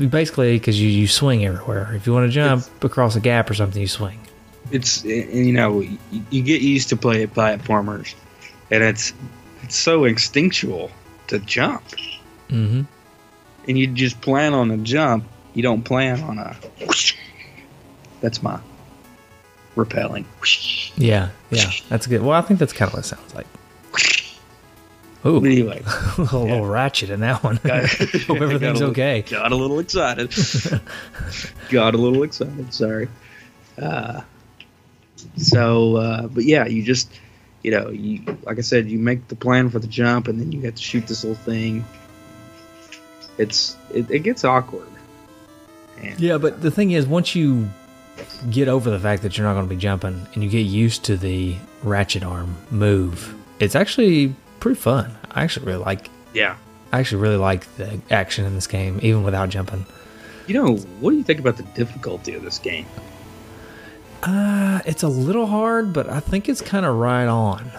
[SPEAKER 2] basically, because you you swing everywhere. If you want to jump across a gap or something, you swing.
[SPEAKER 3] it's you know you, you get used to playing platformers, and it's it's so instinctual to jump,
[SPEAKER 2] Mm-hmm.
[SPEAKER 3] and you just plan on a jump. You don't plan on a. whoosh. That's my repelling. Whoosh.
[SPEAKER 2] Yeah, yeah, that's good. Well, I think that's kind of what it sounds like. Ooh, a
[SPEAKER 3] Anyway,
[SPEAKER 2] little ratchet in that one. Hope everything's
[SPEAKER 3] Got a little-
[SPEAKER 2] okay.
[SPEAKER 3] Got a little excited. got a little excited. Sorry. Uh, so, uh, but yeah, you just, you know, you like I said, you make the plan for the jump, and then you have to shoot this little thing. It's it, it gets awkward. And,
[SPEAKER 2] Yeah, but the thing is, once you get over the fact that you're not going to be jumping and you get used to the ratchet arm move, it's actually pretty fun. I actually really like.
[SPEAKER 3] yeah.
[SPEAKER 2] I actually really like the action in this game, even without jumping.
[SPEAKER 3] You know, what do you think about the difficulty of this game?
[SPEAKER 2] Uh, it's a little hard, but I think it's kind of right on.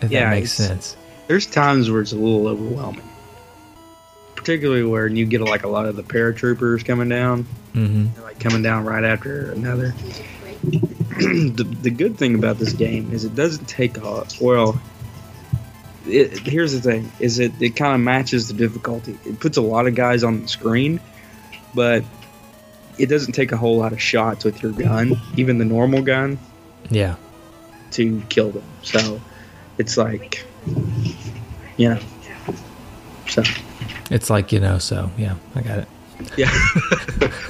[SPEAKER 2] If
[SPEAKER 3] Yeah,
[SPEAKER 2] that makes
[SPEAKER 3] it's-
[SPEAKER 2] sense.
[SPEAKER 3] There's times where it's a little overwhelming, particularly where you get like a lot of the paratroopers coming down.
[SPEAKER 2] Mm-hmm.
[SPEAKER 3] like coming down right after another. the, the good thing about this game is it doesn't take a well. It, here's the thing: is it it kind of matches the difficulty. It puts a lot of guys on the screen, but it doesn't take a whole lot of shots with your gun, even the normal gun,
[SPEAKER 2] Yeah.
[SPEAKER 3] to kill them. So it's like, you know, So
[SPEAKER 2] It's like, you know, so yeah, I got it.
[SPEAKER 3] yeah,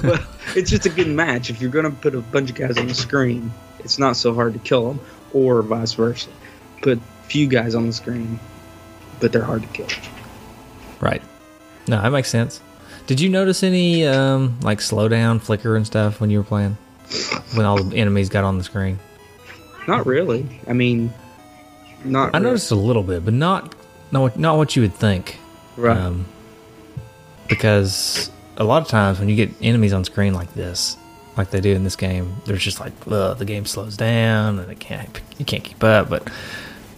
[SPEAKER 3] well, it's just a good match. If you're gonna put a bunch of guys on the screen, it's not so hard to kill them, or vice versa. Put few guys on the screen, but they're hard to kill.
[SPEAKER 2] Right. No, that makes sense. Did you notice any um like slowdown, flicker and stuff when you were playing? When all the enemies got on the screen?
[SPEAKER 3] Not really. I mean, not.
[SPEAKER 2] I
[SPEAKER 3] really.
[SPEAKER 2] noticed a little bit, but not not what, not what you would think.
[SPEAKER 3] Right.
[SPEAKER 2] Um, because a lot of times when you get enemies on screen like this, like they do in this game, there's just like ugh, the game slows down and it can't you can't keep up. But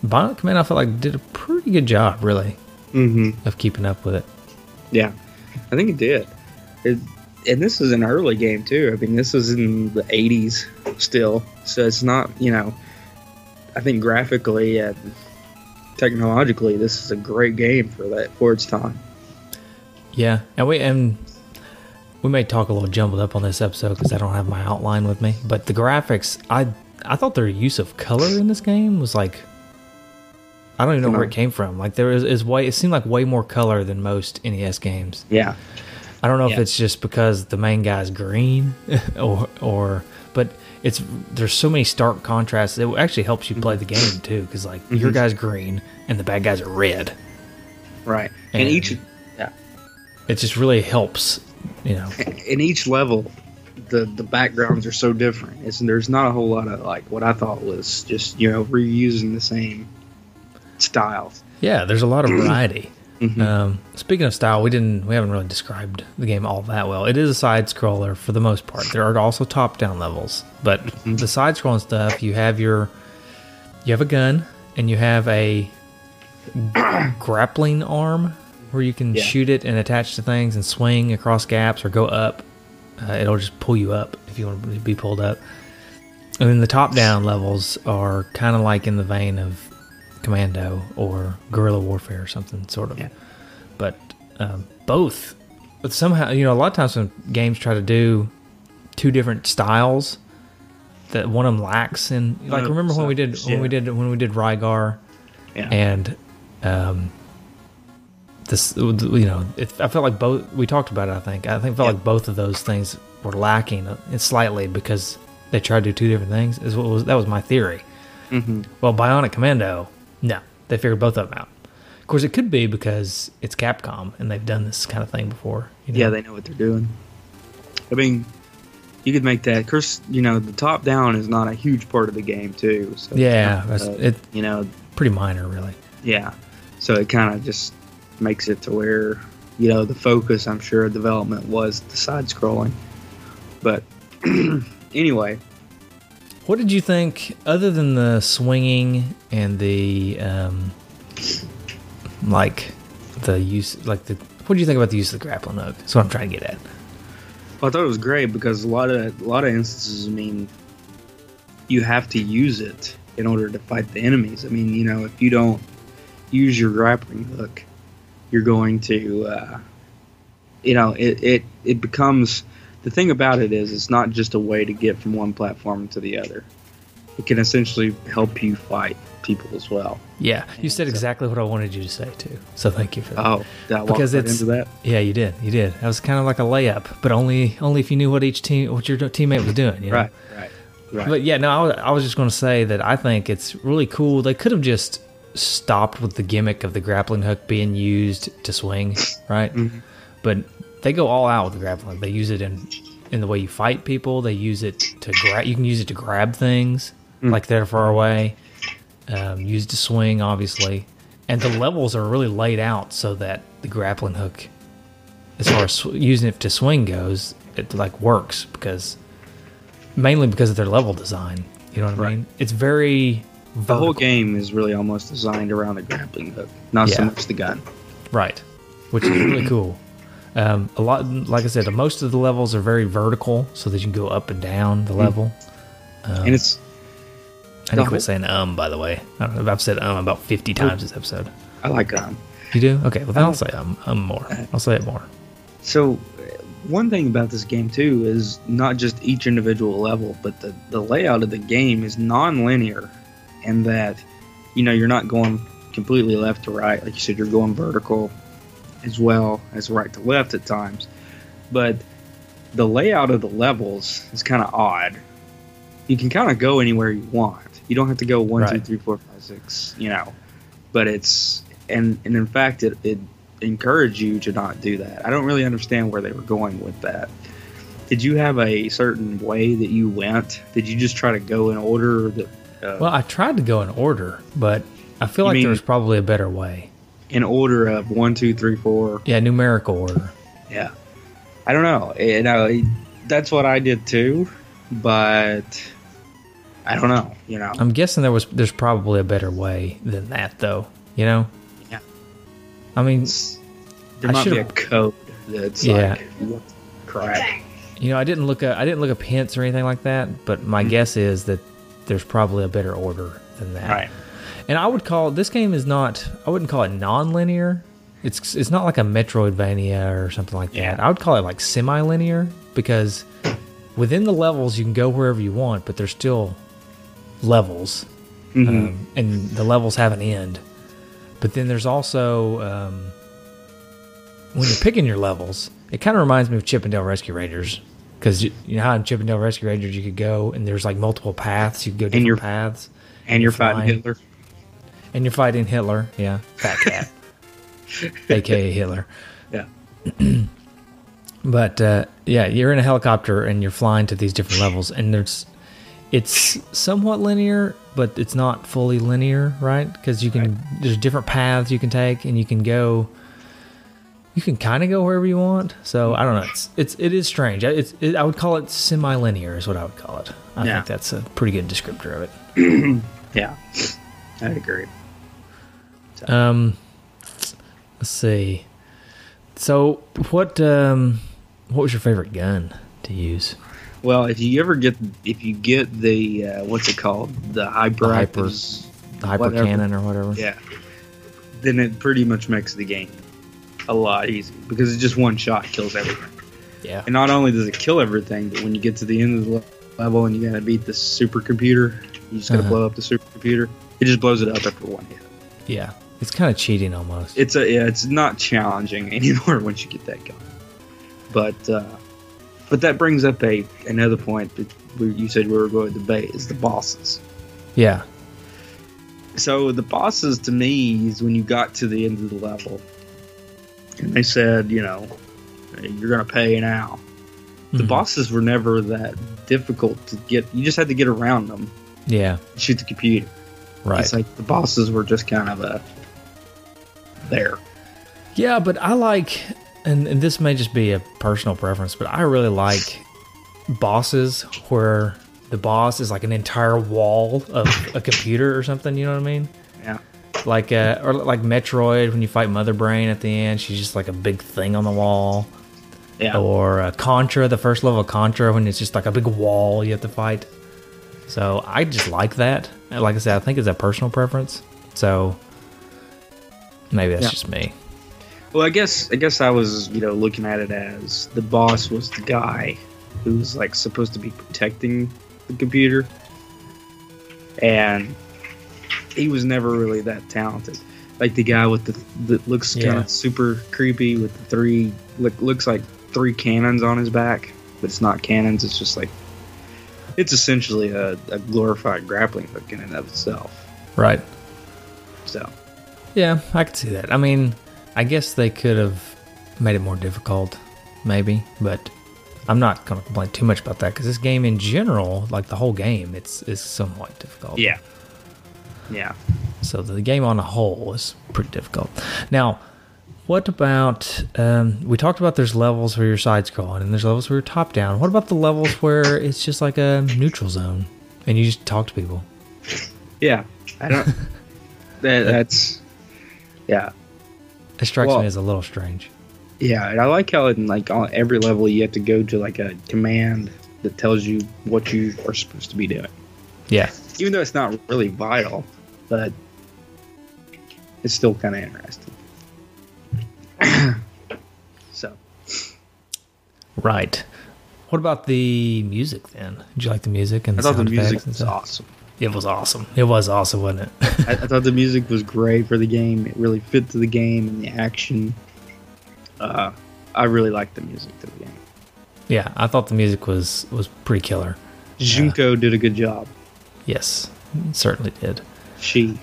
[SPEAKER 2] Bionic Command, I felt like did a pretty good job, really,
[SPEAKER 3] mm-hmm.
[SPEAKER 2] of keeping up with it.
[SPEAKER 3] Yeah, I think it did. It, and this is an early game too. I mean, this is in the '80s still, so it's not you know. I think graphically and technologically, this is a great game for that for its time.
[SPEAKER 2] Yeah, and we and we may talk a little jumbled up on this episode because I don't have my outline with me. But the graphics, I I thought their use of color in this game was like I don't even know where it came from. Like there is, is way it seemed like way more color than most NES games.
[SPEAKER 3] Yeah,
[SPEAKER 2] I don't know if
[SPEAKER 3] Yeah.
[SPEAKER 2] it's just because the main guy's green or or but it's there's so many stark contrasts. It actually helps you play the game too because like your
[SPEAKER 3] Mhm.
[SPEAKER 2] guy's green and the bad guys are red.
[SPEAKER 3] right. And,
[SPEAKER 2] And-
[SPEAKER 3] each yeah,
[SPEAKER 2] It just really helps, you know.
[SPEAKER 3] in each level, the the backgrounds are so different. It's, there's not a whole lot of like what I thought was just you know reusing the same styles.
[SPEAKER 2] Yeah, there's a lot of variety.
[SPEAKER 3] Mhm.
[SPEAKER 2] Um, speaking of style, we didn't we haven't really described the game all that well. It is a side scroller for the most part. There are also top down levels, but the side scrolling stuff, you have your you have a gun and you have a grappling arm where you can
[SPEAKER 3] Yeah.
[SPEAKER 2] shoot it and attach to things and swing across gaps or go up. Uh, it'll just pull you up if you want to be pulled up. And then the top down levels are kind of like in the vein of Commando or guerrilla warfare or something sort of.
[SPEAKER 3] Yeah.
[SPEAKER 2] But um, both, but somehow you know a lot of times when games try to do two different styles, that one of them lacks. And like remember when we did when we
[SPEAKER 3] Uh, Yeah.
[SPEAKER 2] did when we did Rygar
[SPEAKER 3] Yeah.
[SPEAKER 2] and um, this you know it, I felt like both we talked about it. I think I think felt like both of those things were lacking uh, slightly because they tried to do two different things. Is what was that was my theory.
[SPEAKER 3] Mm-hmm.
[SPEAKER 2] Well, Bionic Commando, no, they figured both of them out. Of course, it could be because it's Capcom and they've done this kind of thing before. you know?
[SPEAKER 3] Yeah, they know what they're doing. I mean, you could make that. Of course, you know the top down is not a huge part of the game too. So
[SPEAKER 2] yeah, that's,
[SPEAKER 3] uh,
[SPEAKER 2] it's
[SPEAKER 3] you know,
[SPEAKER 2] pretty minor, really.
[SPEAKER 3] yeah. So it kind of just makes it to where you know the focus. I'm sure of development was the side scrolling, but anyway,
[SPEAKER 2] What did you think, other than the swinging and the um, like the use, like the what do you think about the use of the grappling hook? That's what I'm trying to get at.
[SPEAKER 3] I thought it was great because a lot of a lot of instances. I mean, you have to use it in order to fight the enemies. I mean, you know, if you don't use your grappling hook, you're going to, uh, you know, it, it it becomes the thing about it is it's not just a way to get from one platform to the other. It can essentially help you fight people as well.
[SPEAKER 2] Yeah, you said exactly what I wanted you to say too. So thank you for that.
[SPEAKER 3] Oh, that walked
[SPEAKER 2] Because
[SPEAKER 3] right
[SPEAKER 2] it's-
[SPEAKER 3] into that.
[SPEAKER 2] Yeah, you did. You did. That was kind of like a layup, but only only if you knew what each team, what your teammate was doing. You know?
[SPEAKER 3] Right, right, right.
[SPEAKER 2] But yeah, no, I was, I was just going to say that I think it's really cool. They could have just stopped with the gimmick of the grappling hook being used to swing, right? But they go all out with the grappling. hook. They use it in in the way you fight people. They use it to grab. You can use it to grab things like they're far away. Um, used to swing, obviously, and the levels are really laid out so that the grappling hook, as far as sw- using it to swing goes, it like works because mainly because of their level design. You know what I
[SPEAKER 3] Right.
[SPEAKER 2] mean? It's very
[SPEAKER 3] the whole
[SPEAKER 2] vertical.
[SPEAKER 3] game is really almost designed around the grappling hook, not so
[SPEAKER 2] Yeah.
[SPEAKER 3] much the gun.
[SPEAKER 2] right, which is really cool. Um, a lot, like I said, most of the levels are very vertical, so that you can go up and down
[SPEAKER 3] Mm.
[SPEAKER 2] the level. Uh.
[SPEAKER 3] and it's
[SPEAKER 2] I need
[SPEAKER 3] The
[SPEAKER 2] to
[SPEAKER 3] whole-
[SPEAKER 2] quit saying um. By the way, I don't know if I've said um about fifty times this episode.
[SPEAKER 3] I like um.
[SPEAKER 2] You do?
[SPEAKER 3] Uh-huh.
[SPEAKER 2] Okay, well then I'll say um um more.
[SPEAKER 3] Uh,
[SPEAKER 2] I'll say it more.
[SPEAKER 3] So uh, one thing about this game too is not just each individual level, but the the layout of the game is non-linear, and that you know you're not going completely left to right like you said. You're going vertical, as well as right to left at times. But the layout of the levels is kind of odd. You can kind of go anywhere you want. You don't have to go one, two,
[SPEAKER 2] Right.
[SPEAKER 3] three, four, five, six. you know. But it's and and in fact it, it encouraged you to not do that. I don't really understand where they were going with that. Did you have a certain way that you went? Did you just try to go in order that uh,
[SPEAKER 2] Well, I tried to go in order, but I feel
[SPEAKER 3] You
[SPEAKER 2] like
[SPEAKER 3] mean-
[SPEAKER 2] there was probably a better way.
[SPEAKER 3] in order of one, two, three, four?
[SPEAKER 2] Yeah, numerical order.
[SPEAKER 3] Yeah, I don't know. You know, it- that's what I did too, but I don't know. You know,
[SPEAKER 2] I'm guessing there was there's probably a better way than that though. You know?
[SPEAKER 3] Yeah.
[SPEAKER 2] I mean,
[SPEAKER 3] It's- there
[SPEAKER 2] I
[SPEAKER 3] might be a
[SPEAKER 2] should've-
[SPEAKER 3] code that's
[SPEAKER 2] Yeah.
[SPEAKER 3] like what crap.
[SPEAKER 2] you know, I didn't look up I didn't look up hints or anything like that, but
[SPEAKER 3] Hmm.
[SPEAKER 2] my guess is that there's probably a better order than that.
[SPEAKER 3] Right.
[SPEAKER 2] And I would call this game is not I wouldn't call it non-linear. It's it's not like a Metroidvania or something like that.
[SPEAKER 3] Yeah.
[SPEAKER 2] I would call it like semi-linear because within the levels you can go wherever you want, but there's still levels.
[SPEAKER 3] Mm-hmm.
[SPEAKER 2] um, and the levels have an end. But then there's also um, when you're picking your levels, it kind of reminds me of Chippendale Rescue Rangers because you, you know how in Chippendale Rescue Rangers you could go and there's like multiple paths, you could go different
[SPEAKER 3] you're-
[SPEAKER 2] paths,
[SPEAKER 3] and you're fighting
[SPEAKER 2] Fine.
[SPEAKER 3] Hitler.
[SPEAKER 2] and you're fighting Hitler, yeah, Fat Cat, aka Hitler.
[SPEAKER 3] Yeah.
[SPEAKER 2] But uh, yeah, you're in a helicopter and you're flying to these different levels, and there's it's somewhat linear, but it's not fully linear, right? Because you can there's different paths you can take, and you can go. You can kind of go wherever you want, so I don't know. It's it's it is strange. I- It's it, I would call it semi-linear is what I would call it. I
[SPEAKER 3] Yeah.
[SPEAKER 2] think that's a pretty good descriptor of it.
[SPEAKER 3] Yeah, I agree.
[SPEAKER 2] Um, let's see. So what um, what was your favorite gun to use?
[SPEAKER 3] Well, if you ever get if you get the uh, what's it called the hyper
[SPEAKER 2] The hyper
[SPEAKER 3] Whatever.
[SPEAKER 2] cannon or whatever.
[SPEAKER 3] yeah, then it pretty much makes the game a lot easier because it's just one shot kills everything.
[SPEAKER 2] Yeah.
[SPEAKER 3] And not only does it kill everything, but when you get to the end of the le- level and you gotta beat the supercomputer, you just gotta
[SPEAKER 2] Uh-huh.
[SPEAKER 3] blow up the supercomputer. It just blows it up after one hit.
[SPEAKER 2] Yeah. It's kind of cheating almost.
[SPEAKER 3] It's a yeah, it's not challenging anymore once you get that gun. But uh, but that brings up a another point that we, you said we were going to debate is the bosses.
[SPEAKER 2] yeah.
[SPEAKER 3] So the bosses to me is when you got to the end of the level, and they said, you know, you're gonna pay now. The
[SPEAKER 2] Mhm.
[SPEAKER 3] bosses were never that difficult to get. You just had to get around them,
[SPEAKER 2] Yeah.
[SPEAKER 3] and shoot the computer.
[SPEAKER 2] Right.
[SPEAKER 3] It's like the bosses were just kind of a there.
[SPEAKER 2] yeah, but I like, and, and this may just be a personal preference, but I really like bosses where the boss is like an entire wall of a computer or something. You know what I mean?
[SPEAKER 3] Yeah.
[SPEAKER 2] like uh, or like Metroid when you fight Mother Brain at the end, she's just like a big thing on the wall.
[SPEAKER 3] Yeah.
[SPEAKER 2] Or uh, Contra, the first level of Contra, when it's just like a big wall you have to fight. So I just like that. And Like I said, I think it's a personal preference. So maybe that's
[SPEAKER 3] Yeah.
[SPEAKER 2] just me.
[SPEAKER 3] Well, I guess I guess I was you know looking at it as the boss was the guy who was like supposed to be protecting the computer, and he was never really that talented. Like the guy with the that looks kind
[SPEAKER 2] Yeah.
[SPEAKER 3] of super creepy with the three look, looks like three cannons on his back, but it's not cannons. It's just like it's essentially a, a glorified grappling hook in and of itself.
[SPEAKER 2] Right.
[SPEAKER 3] So
[SPEAKER 2] Yeah, I could see that. I mean, I guess they could have made it more difficult, maybe, but I'm not going to complain too much about that because this game in general, like the whole game, it's is somewhat difficult.
[SPEAKER 3] yeah, yeah.
[SPEAKER 2] So the game on a whole is pretty difficult. Now, what about um, we talked about there's levels where you're side scrolling and there's levels where you're top down. What about the levels where it's just like a neutral zone and you just talk to people?
[SPEAKER 3] Yeah, I don't. that, that's yeah,
[SPEAKER 2] It strikes
[SPEAKER 3] Well-
[SPEAKER 2] me as a little strange.
[SPEAKER 3] yeah. And I like how in like on every level you have to go to like a command that tells you what you are supposed to be doing,
[SPEAKER 2] Yeah,
[SPEAKER 3] even though it's not really vital, but it's still kind of interesting. so
[SPEAKER 2] right. What about the music then? Did you like the music and
[SPEAKER 3] I
[SPEAKER 2] the
[SPEAKER 3] thought the
[SPEAKER 2] sound
[SPEAKER 3] music
[SPEAKER 2] effects and
[SPEAKER 3] was
[SPEAKER 2] stuff?
[SPEAKER 3] awesome.
[SPEAKER 2] It was awesome. It was awesome, wasn't it?
[SPEAKER 3] I, I thought the music was great for the game. It really fit to the game and the action. uh, I really like the music to the game.
[SPEAKER 2] Yeah, I thought the music was was pretty killer.
[SPEAKER 3] Junko did a good job.
[SPEAKER 2] Yes, it certainly did.
[SPEAKER 3] She.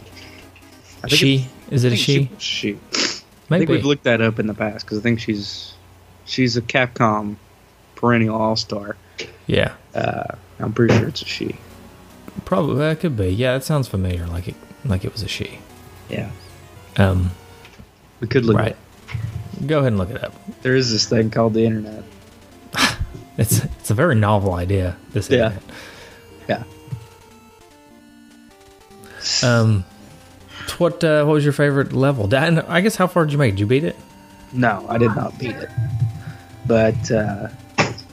[SPEAKER 3] I think
[SPEAKER 2] She is
[SPEAKER 3] it-
[SPEAKER 2] it
[SPEAKER 3] I
[SPEAKER 2] a
[SPEAKER 3] think
[SPEAKER 2] she?
[SPEAKER 3] She. I think
[SPEAKER 2] Maybe.
[SPEAKER 3] we've looked that up in the past because I think she's she's a Capcom perennial all star.
[SPEAKER 2] yeah,
[SPEAKER 3] Uh, I'm pretty sure it's a she.
[SPEAKER 2] probably that could be. Yeah, it sounds familiar. Like it like it was a she.
[SPEAKER 3] Yeah,
[SPEAKER 2] Um,
[SPEAKER 3] we could look.
[SPEAKER 2] right.
[SPEAKER 3] Right.
[SPEAKER 2] Go ahead and look it up.
[SPEAKER 3] There is this thing called the internet.
[SPEAKER 2] It's it's a very novel idea. This
[SPEAKER 3] Yeah.
[SPEAKER 2] internet.
[SPEAKER 3] Yeah.
[SPEAKER 2] Um, t- what uh, what was your favorite level? Da- and I guess how far did you make? Did you beat it?
[SPEAKER 3] No, I did not beat it, but uh,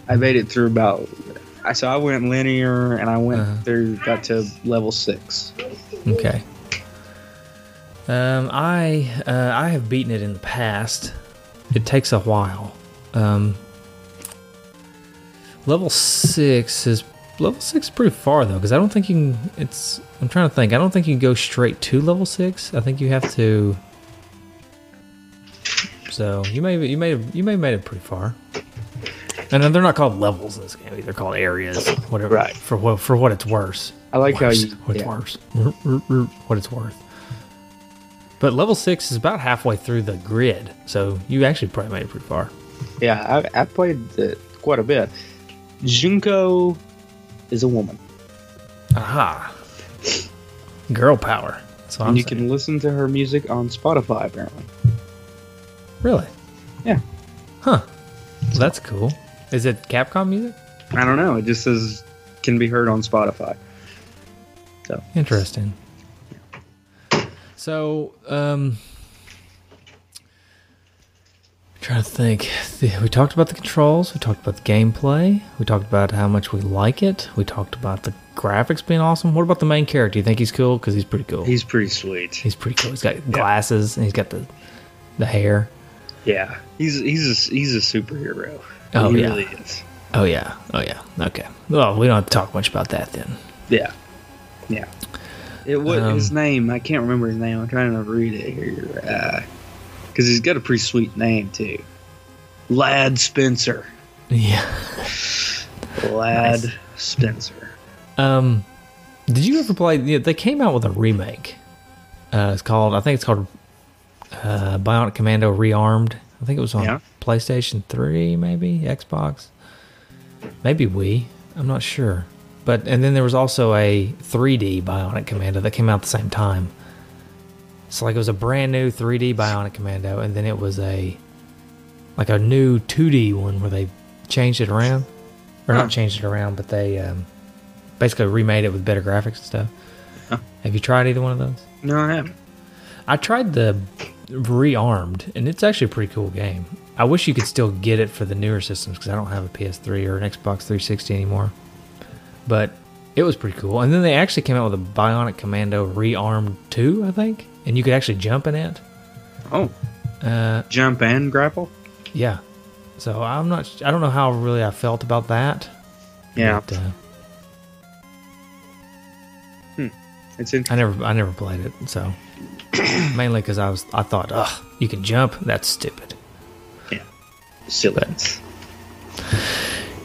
[SPEAKER 3] I made it through about. I so I went linear and I went
[SPEAKER 2] Uh-huh.
[SPEAKER 3] through got to level six.
[SPEAKER 2] Okay. Um, I uh, I have beaten it in the past. It takes a while. Um, level six is level six is pretty far though, because I don't think you can. It's I'm trying to think. I don't think you can go straight to level six. I think you have to. So you may you may have, you may have made it pretty far. And they're not called levels in this game; they're called areas, whatever.
[SPEAKER 3] Right.
[SPEAKER 2] For what for what it's worth
[SPEAKER 3] I like how
[SPEAKER 2] worse.
[SPEAKER 3] you.
[SPEAKER 2] what it's
[SPEAKER 3] yeah.
[SPEAKER 2] worth. What it's worth. But level six is about halfway through the grid, so you actually probably made it pretty far.
[SPEAKER 3] Yeah, I, I played it quite a bit. Junko is a woman,
[SPEAKER 2] Aha. Girl power. That's what
[SPEAKER 3] and
[SPEAKER 2] I'm
[SPEAKER 3] you
[SPEAKER 2] saying.
[SPEAKER 3] can listen to her music on Spotify. Apparently,
[SPEAKER 2] really.
[SPEAKER 3] Yeah.
[SPEAKER 2] Huh. Well, that's cool. Is it Capcom music?
[SPEAKER 3] I don't know. It just says can be heard on Spotify.
[SPEAKER 2] Interesting. So, um, trying to think. The- We talked about the controls. We talked about the gameplay. We talked about how much we like it. We talked about the graphics being awesome. What about the main character? You think he's cool? Because he's pretty cool.
[SPEAKER 3] He's
[SPEAKER 2] He's,
[SPEAKER 3] pretty sweet.
[SPEAKER 2] pretty cool. He's got glasses and he's got the the hair.
[SPEAKER 3] Yeah, he's he's a, he's a superhero.
[SPEAKER 2] Oh,
[SPEAKER 3] he
[SPEAKER 2] yeah.
[SPEAKER 3] really is.
[SPEAKER 2] Oh yeah. Oh yeah. Okay. Well, we don't have to talk much about that then.
[SPEAKER 3] Yeah, yeah. It what
[SPEAKER 2] Um,
[SPEAKER 3] his name? I can't remember his name. I'm trying to read it here because he's got a pretty sweet name too. Lad Spencer.
[SPEAKER 2] Yeah.
[SPEAKER 3] Lad
[SPEAKER 2] Nice.
[SPEAKER 3] Spencer.
[SPEAKER 2] Um, did you ever play? Yeah, they came out with a remake. Uh, it's called, I think it's called uh, Bionic Commando Rearmed. I think it was on
[SPEAKER 3] Yeah.
[SPEAKER 2] PlayStation 3, maybe Xbox, maybe Wii. I'm not sure. But and then there was also a 3D Bionic Commando that came out at the same time. So like it was a brand new 3D Bionic Commando, and then it was a like a new 2D one where they changed it around, or
[SPEAKER 3] Huh.
[SPEAKER 2] not changed it around, but they um, basically remade it with better graphics and stuff. Have you tried either one of those?
[SPEAKER 3] No, I haven't.
[SPEAKER 2] I tried the Rearmed, and it's actually a pretty cool game. I wish you could still get it for the newer systems because I don't have a PS3 or an Xbox 360 anymore. But it was pretty cool. And then they actually came out with a Bionic Commando Rearmed 2, I think, and you could actually jump in it.
[SPEAKER 3] Oh,
[SPEAKER 2] Uh,
[SPEAKER 3] jump and grapple.
[SPEAKER 2] yeah. So I'm not. I don't know how really I felt about that.
[SPEAKER 3] Yeah,
[SPEAKER 2] But, uh,
[SPEAKER 3] it's in.
[SPEAKER 2] I never. I never played it. So mainly because I was. I thought, ugh, you can jump. That's stupid.
[SPEAKER 3] Silly.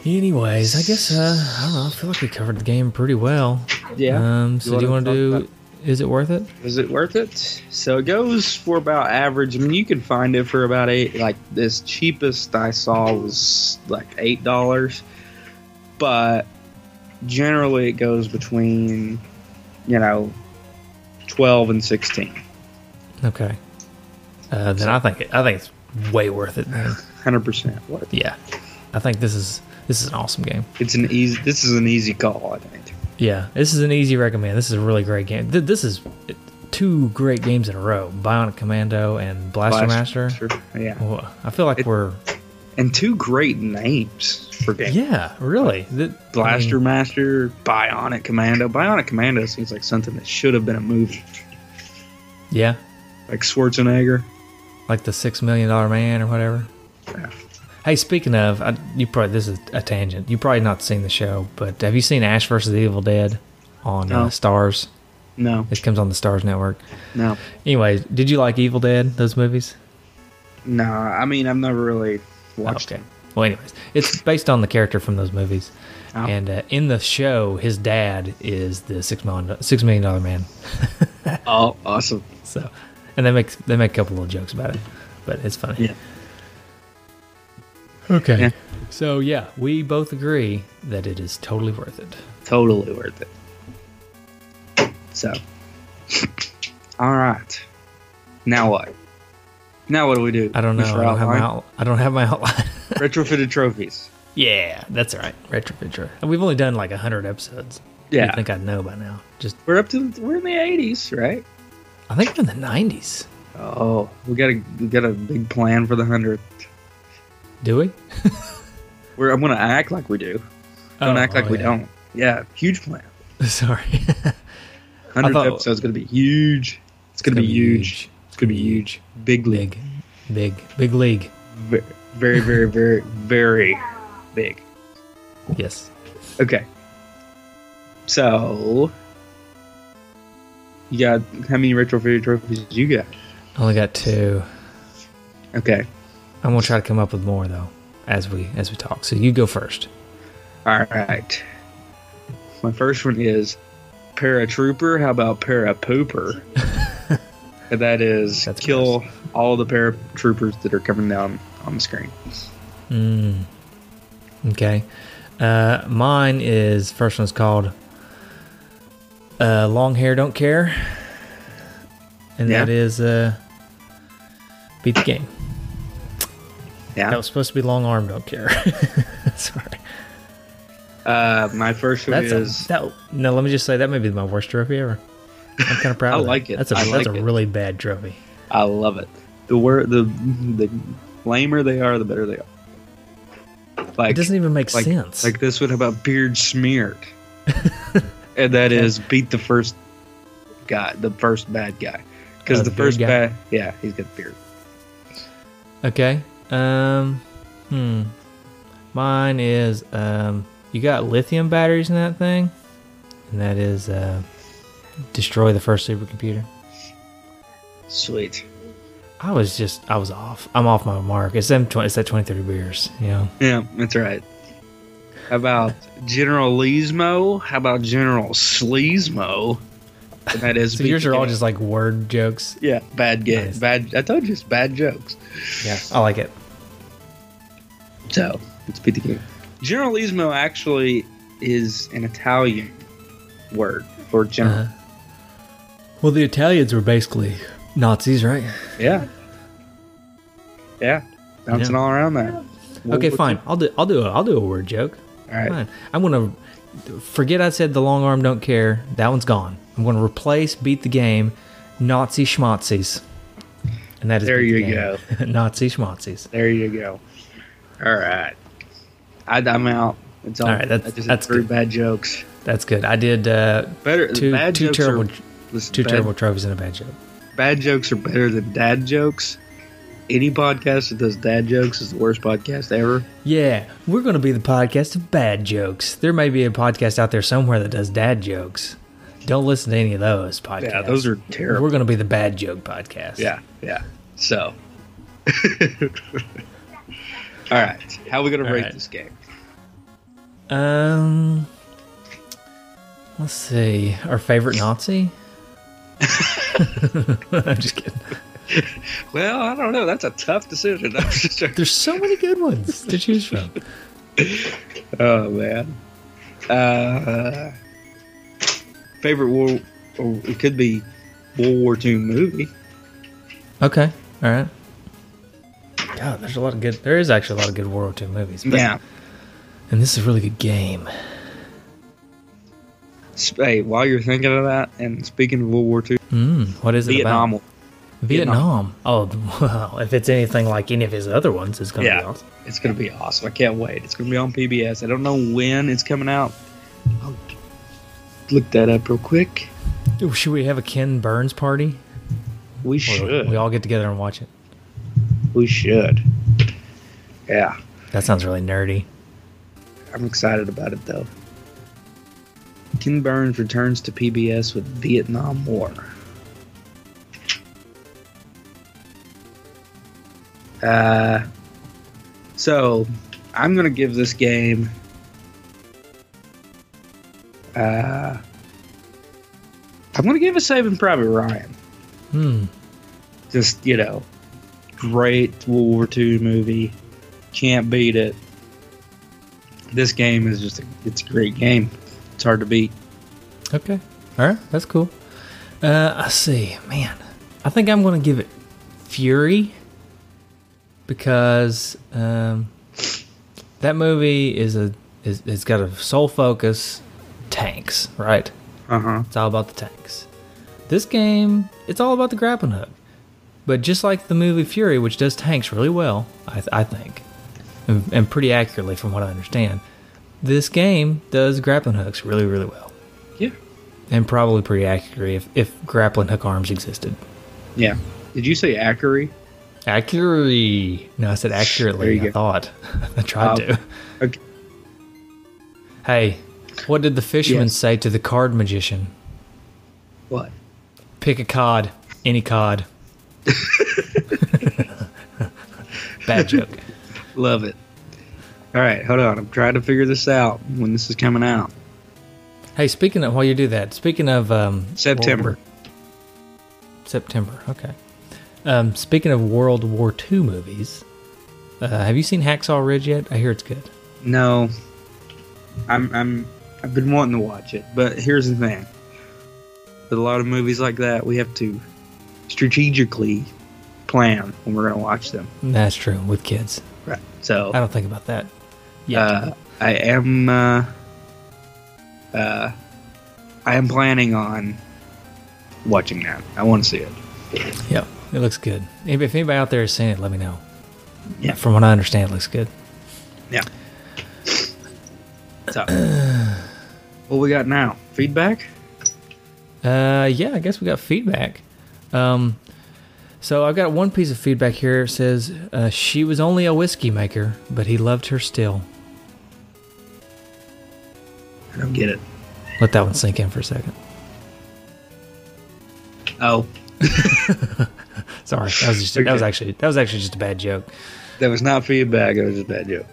[SPEAKER 2] Anyways, I guess uh, I don't know. I feel like we covered the game pretty well.
[SPEAKER 3] Yeah.
[SPEAKER 2] Um, so do you want to
[SPEAKER 3] talk
[SPEAKER 2] do?
[SPEAKER 3] about-
[SPEAKER 2] Is it worth it?
[SPEAKER 3] Is it worth it? So it goes for about average. I mean, you can find it for about eight. Like this cheapest I saw was like eight dollars, but generally it goes between, you know, twelve and sixteen.
[SPEAKER 2] Okay. Uh, then I think it, I think it's way worth it. Then.
[SPEAKER 3] Hundred percent worth. it.
[SPEAKER 2] Yeah, I think this is this is an awesome game.
[SPEAKER 3] It's an easy. This is an easy call. I think.
[SPEAKER 2] Yeah, this is an easy recommend. This is a really great game. Th- this is two great games in a row: Bionic Commando and Blaster Master.
[SPEAKER 3] Sure. Yeah.
[SPEAKER 2] Whoa, I feel like
[SPEAKER 3] It-
[SPEAKER 2] we're
[SPEAKER 3] And two great names for games.
[SPEAKER 2] yeah, really. Th- I
[SPEAKER 3] Blaster
[SPEAKER 2] mean,
[SPEAKER 3] Master, Bionic Commando. Bionic Commando seems like something that should have been a movie.
[SPEAKER 2] yeah,
[SPEAKER 3] Like Schwarzenegger.
[SPEAKER 2] like the Six Million Dollar Man or whatever.
[SPEAKER 3] Yeah.
[SPEAKER 2] Hey, speaking of, I, you probably this is a tangent. You probably not seen the show, but have you seen Ash versus the Evil Dead on
[SPEAKER 3] No.
[SPEAKER 2] uh, Stars?
[SPEAKER 3] No,
[SPEAKER 2] It comes on the Stars network.
[SPEAKER 3] no.
[SPEAKER 2] Anyway, did you like Evil Dead? Those movies?
[SPEAKER 3] No, I mean I've never really watched
[SPEAKER 2] okay.
[SPEAKER 3] him.
[SPEAKER 2] Well, anyways, it's based on the character from those movies.
[SPEAKER 3] Oh.
[SPEAKER 2] And uh, in the show, his dad is the six million six million dollar man.
[SPEAKER 3] Oh, awesome!
[SPEAKER 2] So, and they make they make a couple little jokes about it, but it's funny.
[SPEAKER 3] Yeah.
[SPEAKER 2] Okay.
[SPEAKER 3] Yeah.
[SPEAKER 2] So yeah, we both agree that it is totally worth it.
[SPEAKER 3] Totally worth it. So, all right. Now what? Now what do we do?
[SPEAKER 2] I don't know.
[SPEAKER 3] Mr.
[SPEAKER 2] I don't have my
[SPEAKER 3] Outline?
[SPEAKER 2] out, I don't have my outline.
[SPEAKER 3] retrofitted trophies.
[SPEAKER 2] yeah, that's all right. Retro picture. And we've only done like hundred episodes.
[SPEAKER 3] Yeah,
[SPEAKER 2] I think I'd know by now. Just
[SPEAKER 3] we're up to we're in the eighties, right?
[SPEAKER 2] I think we're in the nineties.
[SPEAKER 3] Oh, we got a we got a big plan for the hundredth.
[SPEAKER 2] Do we?
[SPEAKER 3] We're I'm gonna act like we do. Don't
[SPEAKER 2] Oh,
[SPEAKER 3] act like
[SPEAKER 2] oh,
[SPEAKER 3] we
[SPEAKER 2] yeah.
[SPEAKER 3] don't. Yeah, huge plan.
[SPEAKER 2] Sorry.
[SPEAKER 3] Hundredth
[SPEAKER 2] thought-
[SPEAKER 3] episode's gonna be huge. It's gonna, be, huge. It's gonna be huge. Big league.
[SPEAKER 2] Big, big, big league.
[SPEAKER 3] Ve- Very, very, very, very big.
[SPEAKER 2] Yes.
[SPEAKER 3] Okay. So you got how many retrofitted trophies you got?
[SPEAKER 2] I only got two.
[SPEAKER 3] Okay.
[SPEAKER 2] I'm gonna try to come up with more though, as we as we talk. So you go first.
[SPEAKER 3] All right. My first one is paratrooper. How about parapooper? and that is
[SPEAKER 2] That's
[SPEAKER 3] kill all the paratroopers that are coming down on the screen.
[SPEAKER 2] Mm. Okay. Uh, mine is first one's called uh, "Long Hair Don't Care," and
[SPEAKER 3] Yeah.
[SPEAKER 2] that is uh, beat the game. That
[SPEAKER 3] Yeah.
[SPEAKER 2] was supposed to be "Long Arm Don't Care." Sorry.
[SPEAKER 3] Uh, my first one
[SPEAKER 2] That's
[SPEAKER 3] is
[SPEAKER 2] a, that. No, let me just say that may be my worst trophy ever. I'm kind of proud.
[SPEAKER 3] I
[SPEAKER 2] of that.
[SPEAKER 3] like it.
[SPEAKER 2] That's a
[SPEAKER 3] I like
[SPEAKER 2] that's a
[SPEAKER 3] it.
[SPEAKER 2] really bad trophy.
[SPEAKER 3] I love it. The word the the lamer they are, the better they are. Like
[SPEAKER 2] It doesn't even make
[SPEAKER 3] like,
[SPEAKER 2] sense.
[SPEAKER 3] Like this one, how about beard smeared? and that is beat the first guy, the first bad guy, because
[SPEAKER 2] Uh,
[SPEAKER 3] the
[SPEAKER 2] the beard
[SPEAKER 3] first
[SPEAKER 2] guy?
[SPEAKER 3] bad, yeah, he's got beard.
[SPEAKER 2] Okay. Um. Hmm. Mine is um. You got lithium batteries in that thing, and that is uh, destroy the first supercomputer.
[SPEAKER 3] Sweet.
[SPEAKER 2] I was just I was off. I'm off my mark. It's them. 20, it's that twenty thirty beers. You know.
[SPEAKER 3] Yeah, that's right. How about General Leesmo? How about General Sleesmo? And that is.
[SPEAKER 2] So
[SPEAKER 3] beat
[SPEAKER 2] yours
[SPEAKER 3] the
[SPEAKER 2] are all
[SPEAKER 3] game.
[SPEAKER 2] just like word jokes.
[SPEAKER 3] yeah bad game
[SPEAKER 2] Nice.
[SPEAKER 3] bad. I told you it's bad jokes.
[SPEAKER 2] Yeah. I like it.
[SPEAKER 3] So let's beat the game. Generalismo actually is an Italian word for general.
[SPEAKER 2] Uh-huh. Well, the Italians were basically Nazis, right?
[SPEAKER 3] Yeah. Yeah. Bouncing
[SPEAKER 2] Yeah.
[SPEAKER 3] all around that. Well,
[SPEAKER 2] okay,
[SPEAKER 3] what
[SPEAKER 2] fine. I'll do. I'll do. A, I'll do a word joke.
[SPEAKER 3] All right.
[SPEAKER 2] Fine. I'm gonna forget I said the long arm don't care. That one's gone. I'm gonna replace beat the game, Nazi schmatzies, and that is
[SPEAKER 3] There
[SPEAKER 2] beat the
[SPEAKER 3] you
[SPEAKER 2] game. Nazi schmatzies.
[SPEAKER 3] There you go. All right. I, am out. It's all,
[SPEAKER 2] All right, that's-
[SPEAKER 3] I just
[SPEAKER 2] that's
[SPEAKER 3] had three
[SPEAKER 2] good.
[SPEAKER 3] bad jokes.
[SPEAKER 2] That's good. I did uh,
[SPEAKER 3] Better
[SPEAKER 2] two
[SPEAKER 3] bad
[SPEAKER 2] two
[SPEAKER 3] jokes
[SPEAKER 2] terrible
[SPEAKER 3] Are, listen,
[SPEAKER 2] two
[SPEAKER 3] bad,
[SPEAKER 2] terrible trophies and a bad joke.
[SPEAKER 3] Bad jokes are better than dad jokes. Any podcast that does dad jokes is the worst podcast ever.
[SPEAKER 2] Yeah, we're gonna be the podcast of bad jokes. There may be a podcast out there somewhere that does dad jokes. Don't listen to any of those podcasts.
[SPEAKER 3] Yeah, those are terrible.
[SPEAKER 2] We're gonna be the bad joke podcast.
[SPEAKER 3] Yeah, yeah. So. all right. How are we going to
[SPEAKER 2] All
[SPEAKER 3] rate
[SPEAKER 2] right.
[SPEAKER 3] this game?
[SPEAKER 2] Um, let's see. Our favorite Nazi. I'm just kidding.
[SPEAKER 3] Well, I don't know. That's a tough decision. I'm just
[SPEAKER 2] There's so many good ones to choose from.
[SPEAKER 3] Oh man. Uh, favorite war? Or it could be World War II movie.
[SPEAKER 2] Okay, all right. God, there's a lot of good. There is actually a lot of good World War II movies. but-
[SPEAKER 3] Yeah.
[SPEAKER 2] and this is a really good game.
[SPEAKER 3] Sp- Hey, while you're thinking of that, and speaking of World War II,
[SPEAKER 2] Mm, what is it
[SPEAKER 3] Vietnam.
[SPEAKER 2] about?
[SPEAKER 3] War.
[SPEAKER 2] Vietnam. Oh, well, if it's anything like any of his other ones, it's gonna be
[SPEAKER 3] Yeah,
[SPEAKER 2] awesome.
[SPEAKER 3] it's gonna be awesome. I can't wait. It's gonna be on PBS. I don't know when it's coming out. I'll look that up real quick.
[SPEAKER 2] Should we have a Ken Burns party?
[SPEAKER 3] We
[SPEAKER 2] Or
[SPEAKER 3] should.
[SPEAKER 2] We all get together and watch it.
[SPEAKER 3] We should. Yeah,
[SPEAKER 2] That sounds really nerdy.
[SPEAKER 3] I'm excited about it though. Ken Burns returns to PBS with Vietnam War. Uh, so I'm gonna give this game. Uh, I'm gonna give it Saving Private Ryan.
[SPEAKER 2] Hmm.
[SPEAKER 3] Just you know, great World War II movie. Can't beat it. This game is just a, it's a great game. It's hard to beat.
[SPEAKER 2] Okay. All right. That's cool. Uh, I see. Man, I think I'm going to give it Fury because um, that movie is a is it's got a sole focus tanks, right?
[SPEAKER 3] Uh huh.
[SPEAKER 2] It's all about the tanks. This game, it's all about the grappling hook. But just like the movie Fury, which does tanks really well, I, th- I think, and, and pretty accurately from what I understand, this game does grappling hooks really, really well.
[SPEAKER 3] Yeah.
[SPEAKER 2] And probably pretty accurately if, if grappling hook arms existed.
[SPEAKER 3] Yeah. Did you say Ackery?
[SPEAKER 2] Accurately. No, I said
[SPEAKER 3] There
[SPEAKER 2] accurately.
[SPEAKER 3] you
[SPEAKER 2] I
[SPEAKER 3] go.
[SPEAKER 2] thought. I tried
[SPEAKER 3] Oh,
[SPEAKER 2] to.
[SPEAKER 3] okay.
[SPEAKER 2] Hey, what did the fisherman
[SPEAKER 3] Yes.
[SPEAKER 2] say to the card magician?
[SPEAKER 3] What?
[SPEAKER 2] Pick a cod, any cod. Bad joke.
[SPEAKER 3] Love it. All right, hold on. I'm trying to figure this out when this is coming out.
[SPEAKER 2] Hey, speaking of while you do that, speaking of um,
[SPEAKER 3] September.
[SPEAKER 2] September. Okay. Um, speaking of World War II movies, uh, have you seen Hacksaw Ridge yet? I hear it's good.
[SPEAKER 3] No, I'm I'm I've been wanting to watch it, but here's the thing. With a lot of movies like that, we have to strategically plan when we're going to watch them.
[SPEAKER 2] That's true with kids.
[SPEAKER 3] Right. So
[SPEAKER 2] I don't think about that. Yeah.
[SPEAKER 3] Uh, I am. Uh, uh, I am planning on watching that. I want to see it.
[SPEAKER 2] yeah. It looks good. If if anybody out there has seen it, let me know.
[SPEAKER 3] Yeah.
[SPEAKER 2] From what I understand, it looks good.
[SPEAKER 3] Yeah. So, what we got now? Feedback?
[SPEAKER 2] Uh, yeah, I guess we got feedback. Um, so I've got one piece of feedback here. It says uh, she was only a whiskey maker, but he loved her still.
[SPEAKER 3] I don't get it.
[SPEAKER 2] Let that one sink in for a second.
[SPEAKER 3] Oh,
[SPEAKER 2] Sorry, that was just, that was actually that was actually just a bad joke.
[SPEAKER 3] that was not feedback. It was just a bad joke.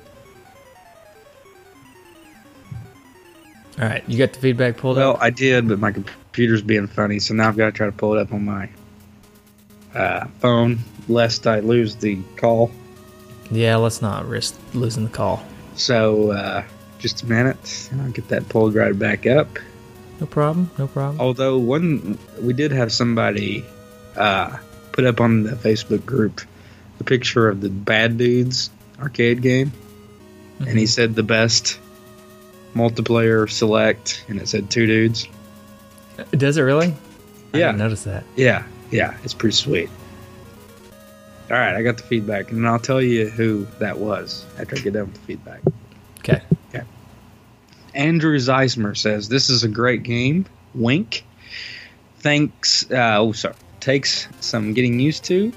[SPEAKER 2] All right, you got the feedback pulled
[SPEAKER 3] Well,
[SPEAKER 2] up.
[SPEAKER 3] I did, but my computer's being funny, so now I've got to try to pull it up on my uh, phone, lest I lose the call.
[SPEAKER 2] Yeah, let's not risk losing the call.
[SPEAKER 3] So, uh, just a minute, and I'll get that pulled right back up.
[SPEAKER 2] No problem. No problem.
[SPEAKER 3] although one we did have somebody uh, put up on the facebook group a picture of the bad dudes arcade game and he said the best multiplayer select and it said two dudes
[SPEAKER 2] Does it really? I
[SPEAKER 3] Yeah.
[SPEAKER 2] didn't notice that.
[SPEAKER 3] yeah yeah it's pretty sweet all right i got the feedback and i'll tell you who that was after i get done with the feedback
[SPEAKER 2] Okay.
[SPEAKER 3] Andrew Zeismer says, This is a great game. Wink. Thanks. Uh, oh, sorry. Takes some getting used to,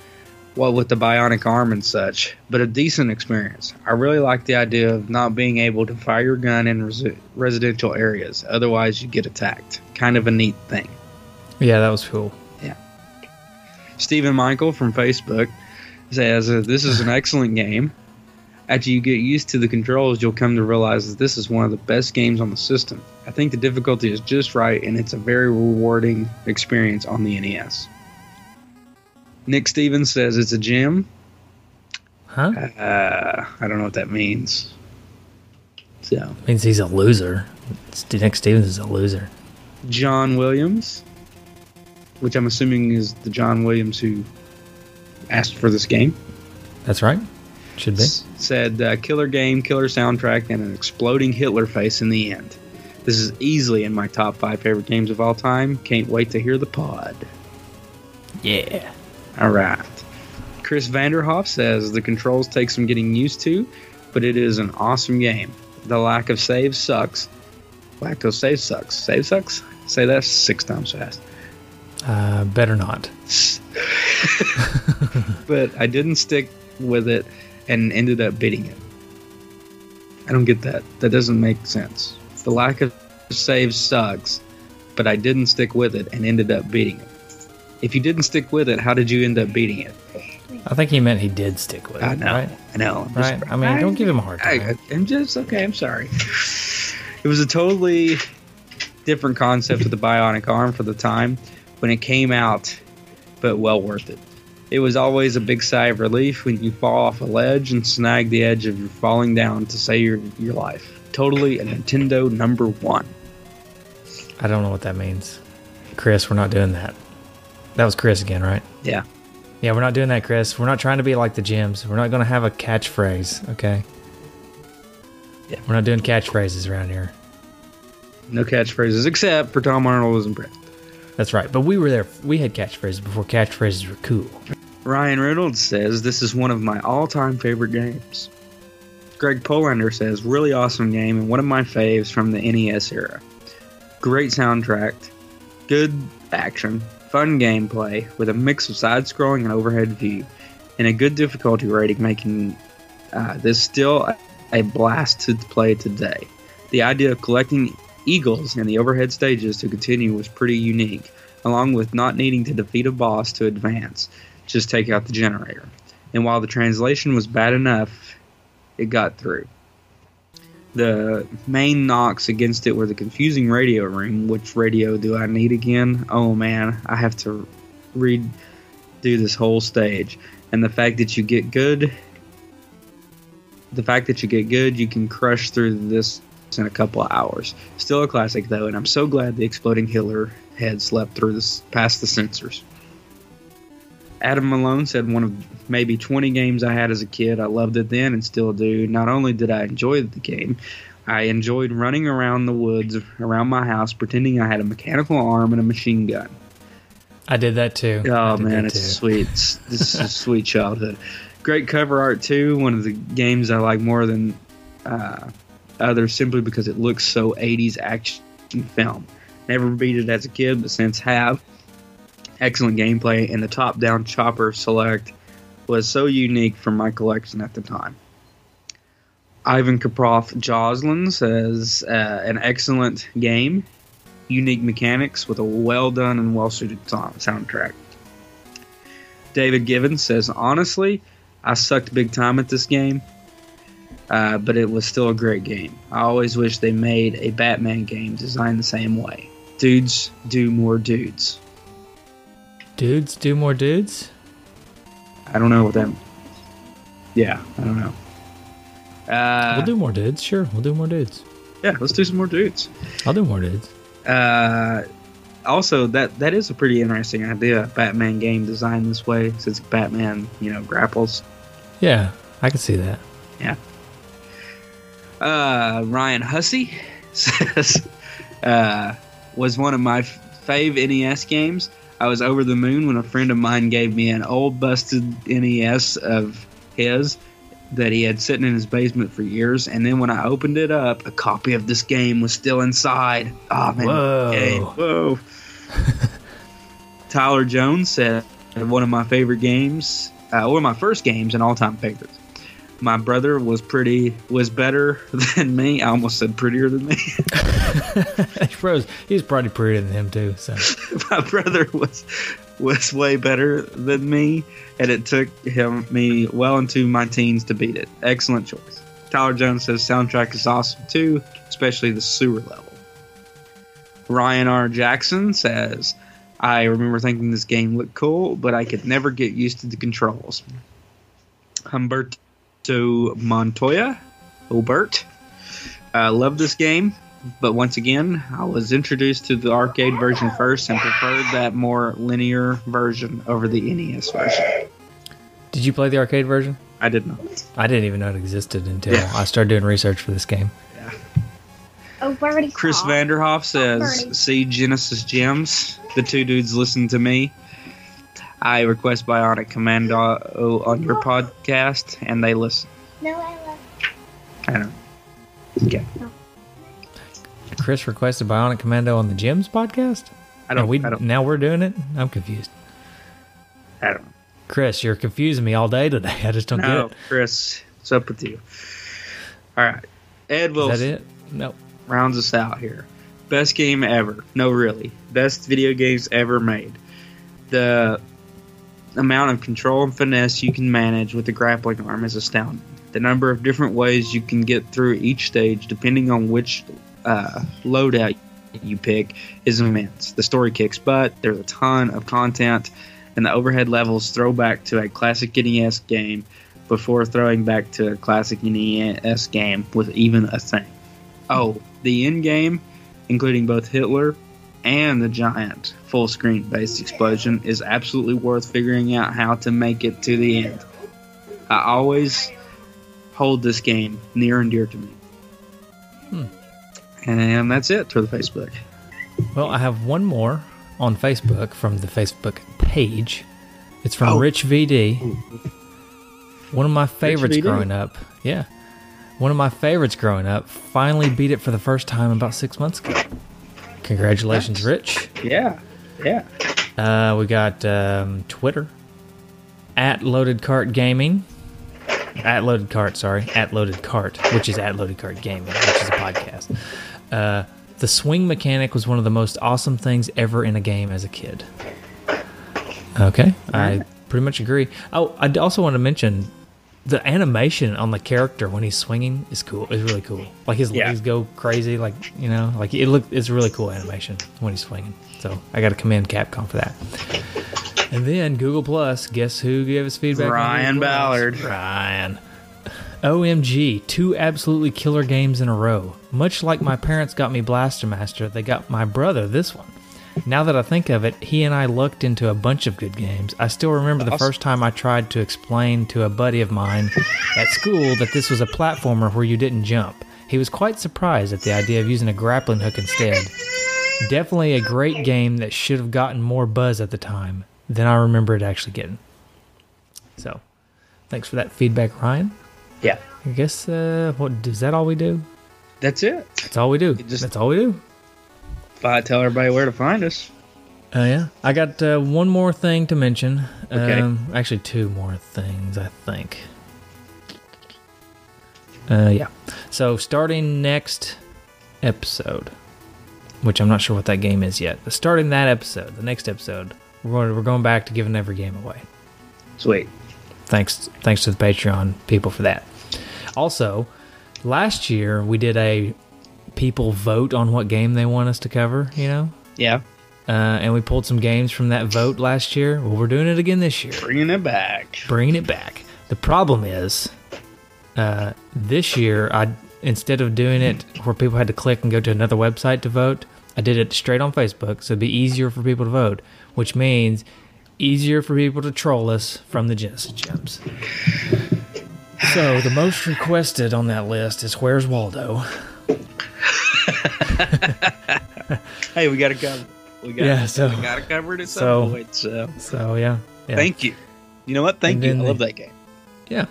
[SPEAKER 3] what with the bionic arm and such, but a decent experience. I really like the idea of not being able to fire your gun in resi- residential areas, otherwise, you get attacked. Kind of a neat thing.
[SPEAKER 2] Yeah, that was cool.
[SPEAKER 3] Stephen Michael from Facebook says uh, this is an excellent game. After you get used to the controls, you'll come to realize that this is one of the best games on the system. I think the difficulty is just right, and it's a very rewarding experience on the NES. Nick Stevens says it's a gem.
[SPEAKER 2] Huh?
[SPEAKER 3] Uh, I don't know what that means. So,
[SPEAKER 2] Means he's a loser. St- Nick Stevens is a loser.
[SPEAKER 3] John Williams, which I'm assuming is the John Williams who asked for this game.
[SPEAKER 2] That's right. Should be.
[SPEAKER 3] S- said uh, killer game, killer soundtrack, and an exploding Hitler face in the end. This is easily in my top five favorite games of all time. Can't wait to hear the pod.
[SPEAKER 2] Yeah.
[SPEAKER 3] All right. Chris Vanderhoff says the controls take some getting used to, but it is an awesome game. The lack of save sucks. Lack of save sucks. Save sucks? Say that six times fast.
[SPEAKER 2] Uh, better not.
[SPEAKER 3] but I didn't stick with it and ended up beating it. I don't get that. That doesn't make sense. The lack of save sucks, but I didn't stick with it and ended up beating it. If you didn't stick with it, how did you end up beating it?
[SPEAKER 2] I think he meant he did stick with it.
[SPEAKER 3] I know.
[SPEAKER 2] Right?
[SPEAKER 3] I know. I'm just-
[SPEAKER 2] Right. I mean, don't give him a hard
[SPEAKER 3] I,
[SPEAKER 2] time.
[SPEAKER 3] I'm just okay. I'm sorry. It was a totally different concept of the bionic arm for the time when it came out, but well worth it. It was always a big sigh of relief when you fall off a ledge and snag the edge of your falling down to save your, your life. Totally a Nintendo number one.
[SPEAKER 2] I don't know what that means. Chris, we're not doing that. That was Chris again, right?
[SPEAKER 3] Yeah.
[SPEAKER 2] Yeah, we're not doing that, Chris. We're not trying to be like the gyms. We're not going to have a catchphrase, okay?
[SPEAKER 3] Yeah.
[SPEAKER 2] We're not doing catchphrases around here.
[SPEAKER 3] No catchphrases except for Tom Arnold and Brett.
[SPEAKER 2] That's right. But we were there. We had catchphrases before catchphrases were cool.
[SPEAKER 3] Ryan Reynolds says this is one of my all-time favorite games. Greg Polander says really awesome game and one of my faves from the NES era. Great soundtrack, good action, fun gameplay with a mix of side-scrolling and overhead view, and a good difficulty rating, making uh, this still a- a blast to play today. The idea of collecting eagles in the overhead stages to continue was pretty unique, along with not needing to defeat a boss to advance just take out the generator. And while the translation was bad enough, it got through. The main knocks against it were the confusing radio ring. Which radio do I need again? Oh man, I have to redo this whole stage. And the fact that you get good, the fact that you get good, you can crush through this in a couple of hours. Still a classic though, and I'm so glad the exploding Hitler head slept through this past the sensors. Adam Malone said one of maybe 20 games I had as a kid. I loved it then and still do. Not only did I enjoy the game, I enjoyed running around the woods around my house pretending I had a mechanical arm and a machine gun.
[SPEAKER 2] I did that too. I
[SPEAKER 3] Oh
[SPEAKER 2] did
[SPEAKER 3] man,
[SPEAKER 2] that
[SPEAKER 3] it's
[SPEAKER 2] too.
[SPEAKER 3] sweet. It's- This is sweet childhood. Great cover art too. One of the games I like more than uh, others, simply because it looks so '80s action film. Never beat it as a kid, but since have. Excellent gameplay and the top-down chopper select was so unique from my collection at the time. Ivan Kaprov Joslin says uh, an excellent game, unique mechanics with a well done and well suited song- soundtrack. David Givens says, honestly, I sucked big time at this game, uh, but it was still a great game. I always wish they made a Batman game designed the same way. Dudes do more dudes.
[SPEAKER 2] Dudes do more dudes.
[SPEAKER 3] I don't know what that. Yeah, I don't know. Uh,
[SPEAKER 2] we'll do more dudes. Sure, we'll do more dudes.
[SPEAKER 3] yeah, let's do some more dudes.
[SPEAKER 2] I'll do more dudes.
[SPEAKER 3] Uh, also, that that is a pretty interesting idea. Batman game designed this way, since Batman, you know, grapples.
[SPEAKER 2] Yeah, I can see that.
[SPEAKER 3] uh, Ryan Hussey says uh, was one of my f- fave NES games. I was over the moon when a friend of mine gave me an old busted NES of his that he had sitting in his basement for years, and then when I opened it up, a copy of this game was still inside. Oh man!
[SPEAKER 2] Whoa.
[SPEAKER 3] Hey, whoa. Tyler Jones said one of my favorite games, uh, or my first games, and all-time favorites my brother was pretty was better than me. I almost said prettier than me.
[SPEAKER 2] Rose, he's probably prettier than him too. So
[SPEAKER 3] my brother was was way better than me, and it took him me well into my teens to beat it. Excellent choice. Tyler Jones says soundtrack is awesome too, especially the sewer level. Ryan R. Jackson says, I remember thinking this game looked cool, but I could never get used to the controls. Humberto Montoya, Obert, uh, love this game, but once again, I was introduced to the arcade version first and preferred that more linear version over the NES version.
[SPEAKER 2] did you play the arcade version?
[SPEAKER 3] I did not.
[SPEAKER 2] I didn't even know it existed until
[SPEAKER 3] Yeah.
[SPEAKER 2] I started doing research for this game.
[SPEAKER 4] Oh, we're already
[SPEAKER 3] Chris
[SPEAKER 4] caught.
[SPEAKER 3] Vanderhoff says,
[SPEAKER 4] Bernie.
[SPEAKER 3] "See Genesis Gems. The two dudes listen to me. I request Bionic Commando on your podcast, and they listen."
[SPEAKER 4] No, I love.
[SPEAKER 3] I don't.
[SPEAKER 2] Chris requested Bionic Commando on the Gyms podcast.
[SPEAKER 3] I don't.
[SPEAKER 2] Are we
[SPEAKER 3] I don't.
[SPEAKER 2] now we're doing it. I'm confused.
[SPEAKER 3] I don't.
[SPEAKER 2] Chris, you're confusing me all day today. I just don't
[SPEAKER 3] No,
[SPEAKER 2] get
[SPEAKER 3] Chris, what's up with you? All right, Ed
[SPEAKER 2] it.
[SPEAKER 3] Wilson.
[SPEAKER 2] Is that it? No.
[SPEAKER 3] rounds us out here. Best game ever. No, really. Best video games ever made. the amount of control and finesse you can manage with the grappling arm is astounding. The number of different ways you can get through each stage, depending on which uh, loadout you pick, is immense. The story kicks butt, there's a ton of content, and the overhead levels throw back to a classic NES game before throwing back to a classic NES game with even a thing. Oh, the end game, including both Hitler and the giant full screen based explosion is absolutely worth figuring out how to make it to the end. I always hold this game near and dear to me.
[SPEAKER 2] Hmm.
[SPEAKER 3] And that's it for the Facebook.
[SPEAKER 2] Well, I have one more on Facebook from the Facebook page. It's from
[SPEAKER 3] Oh.
[SPEAKER 2] Rich VD. One of my favorites
[SPEAKER 3] VD.
[SPEAKER 2] growing up. Yeah. One of my favorites growing up. Finally beat it for the first time about six months ago. Congratulations, Rich.
[SPEAKER 3] Yeah, yeah.
[SPEAKER 2] Uh, we got um, Twitter at Loaded Cart Gaming. At Loaded Cart, sorry. At Loaded Cart, which is at Loaded Cart Gaming, which is a podcast. Uh, the swing mechanic was one of the most awesome things ever in a game as a kid. Okay, I pretty much agree. Oh, I also want to mention the animation on the character when he's swinging is cool. It's really cool. Like his
[SPEAKER 3] Yeah.
[SPEAKER 2] legs go crazy. Like you know, like it look. It's really cool animation when he's swinging. So I got to commend Capcom for that. And then Google Plus, guess who gave us feedback? on
[SPEAKER 3] Ryan
[SPEAKER 2] Google Plus?
[SPEAKER 3] Ballard.
[SPEAKER 2] Ryan. OMG, two absolutely killer games in a row. Much like my parents got me Blaster Master, they got my brother this one. Now that I think of it, he and I lucked into a bunch of good games. I still remember the first time I tried to explain to a buddy of mine at school that this was a platformer where you didn't jump. He was quite surprised at the idea of using a grappling hook instead. Definitely a great game that should have gotten more buzz at the time than I remember it actually getting. So, thanks for that feedback, Ryan.
[SPEAKER 3] Yeah.
[SPEAKER 2] I guess uh, what is that all we do?
[SPEAKER 3] That's it.
[SPEAKER 2] That's all we do.
[SPEAKER 3] It just-
[SPEAKER 2] That's all we do.
[SPEAKER 3] If I tell everybody where to find us.
[SPEAKER 2] Oh yeah, I got uh, one more thing to mention.
[SPEAKER 3] Okay.
[SPEAKER 2] Um, actually, two more things, I think. Uh, yeah. So starting next episode, which I'm not sure what that game is yet, but starting that episode, the next episode, we're going, we're going back to giving every game away.
[SPEAKER 3] Sweet.
[SPEAKER 2] Thanks, thanks to the Patreon people for that. Also, last year we did a people vote on what game they want us to cover. You know,
[SPEAKER 3] Yeah.
[SPEAKER 2] uh, and we pulled some games from that vote last year. Well, we're doing it again this year,
[SPEAKER 3] Bringing it back.
[SPEAKER 2] bringing it back. The problem is, uh, this year I instead of doing it where people had to click and go to another website to vote, I did it straight on Facebook, so it'd be easier for people to vote, which means easier for people to troll us from the Genesis Gems. So the most requested on that list is "Where's Waldo?"
[SPEAKER 3] Hey, we got to cover. it. We got
[SPEAKER 2] Yeah, so-
[SPEAKER 3] we got to cover it at
[SPEAKER 2] so-
[SPEAKER 3] some point. So
[SPEAKER 2] So yeah, yeah.
[SPEAKER 3] thank you. You know what? Thank
[SPEAKER 2] And
[SPEAKER 3] you. I
[SPEAKER 2] then
[SPEAKER 3] love
[SPEAKER 2] they-
[SPEAKER 3] that game.
[SPEAKER 2] Yeah.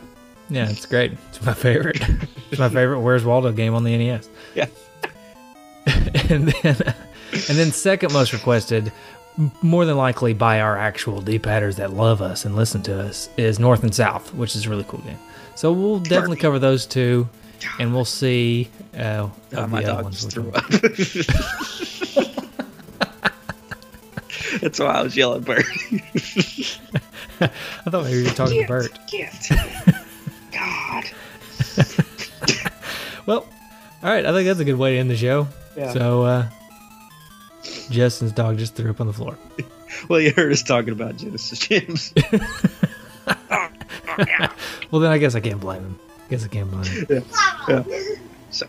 [SPEAKER 2] Yeah, it's great. It's my favorite. it's my favorite Where's Waldo game on the NES.
[SPEAKER 3] Yeah.
[SPEAKER 2] and then and then second most requested m- more than likely by our actual D-padders that love us and listen to us is North and South, which is a really cool game. So we'll definitely cover those two and we'll see uh
[SPEAKER 3] Oh,
[SPEAKER 2] of
[SPEAKER 3] my
[SPEAKER 2] the other
[SPEAKER 3] dog
[SPEAKER 2] ones
[SPEAKER 3] just
[SPEAKER 2] which
[SPEAKER 3] threw
[SPEAKER 2] one-
[SPEAKER 3] up. That's why I was yelling, Bert.
[SPEAKER 2] I thought maybe you were talking to Bert.
[SPEAKER 3] God.
[SPEAKER 2] Well, all right, I think that's a good way to end the show.
[SPEAKER 3] Yeah.
[SPEAKER 2] So uh Justin's dog just threw up on the floor.
[SPEAKER 3] Well, you heard us talking about Genesis Gems.
[SPEAKER 2] Well, then I guess I can't blame him. I guess I can't blame him.
[SPEAKER 3] So,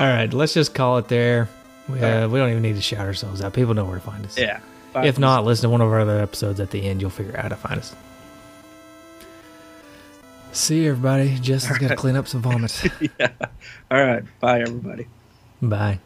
[SPEAKER 2] All right, let's just call it there. We, uh, we don't even need to shout ourselves out. People know where to find us.
[SPEAKER 3] yeah.
[SPEAKER 2] If not, listen to one of our other episodes at the end. You'll figure out how to find us. See you, everybody. Justin's got to clean up some vomit.
[SPEAKER 3] Yeah. All right. Bye, everybody.
[SPEAKER 2] Bye.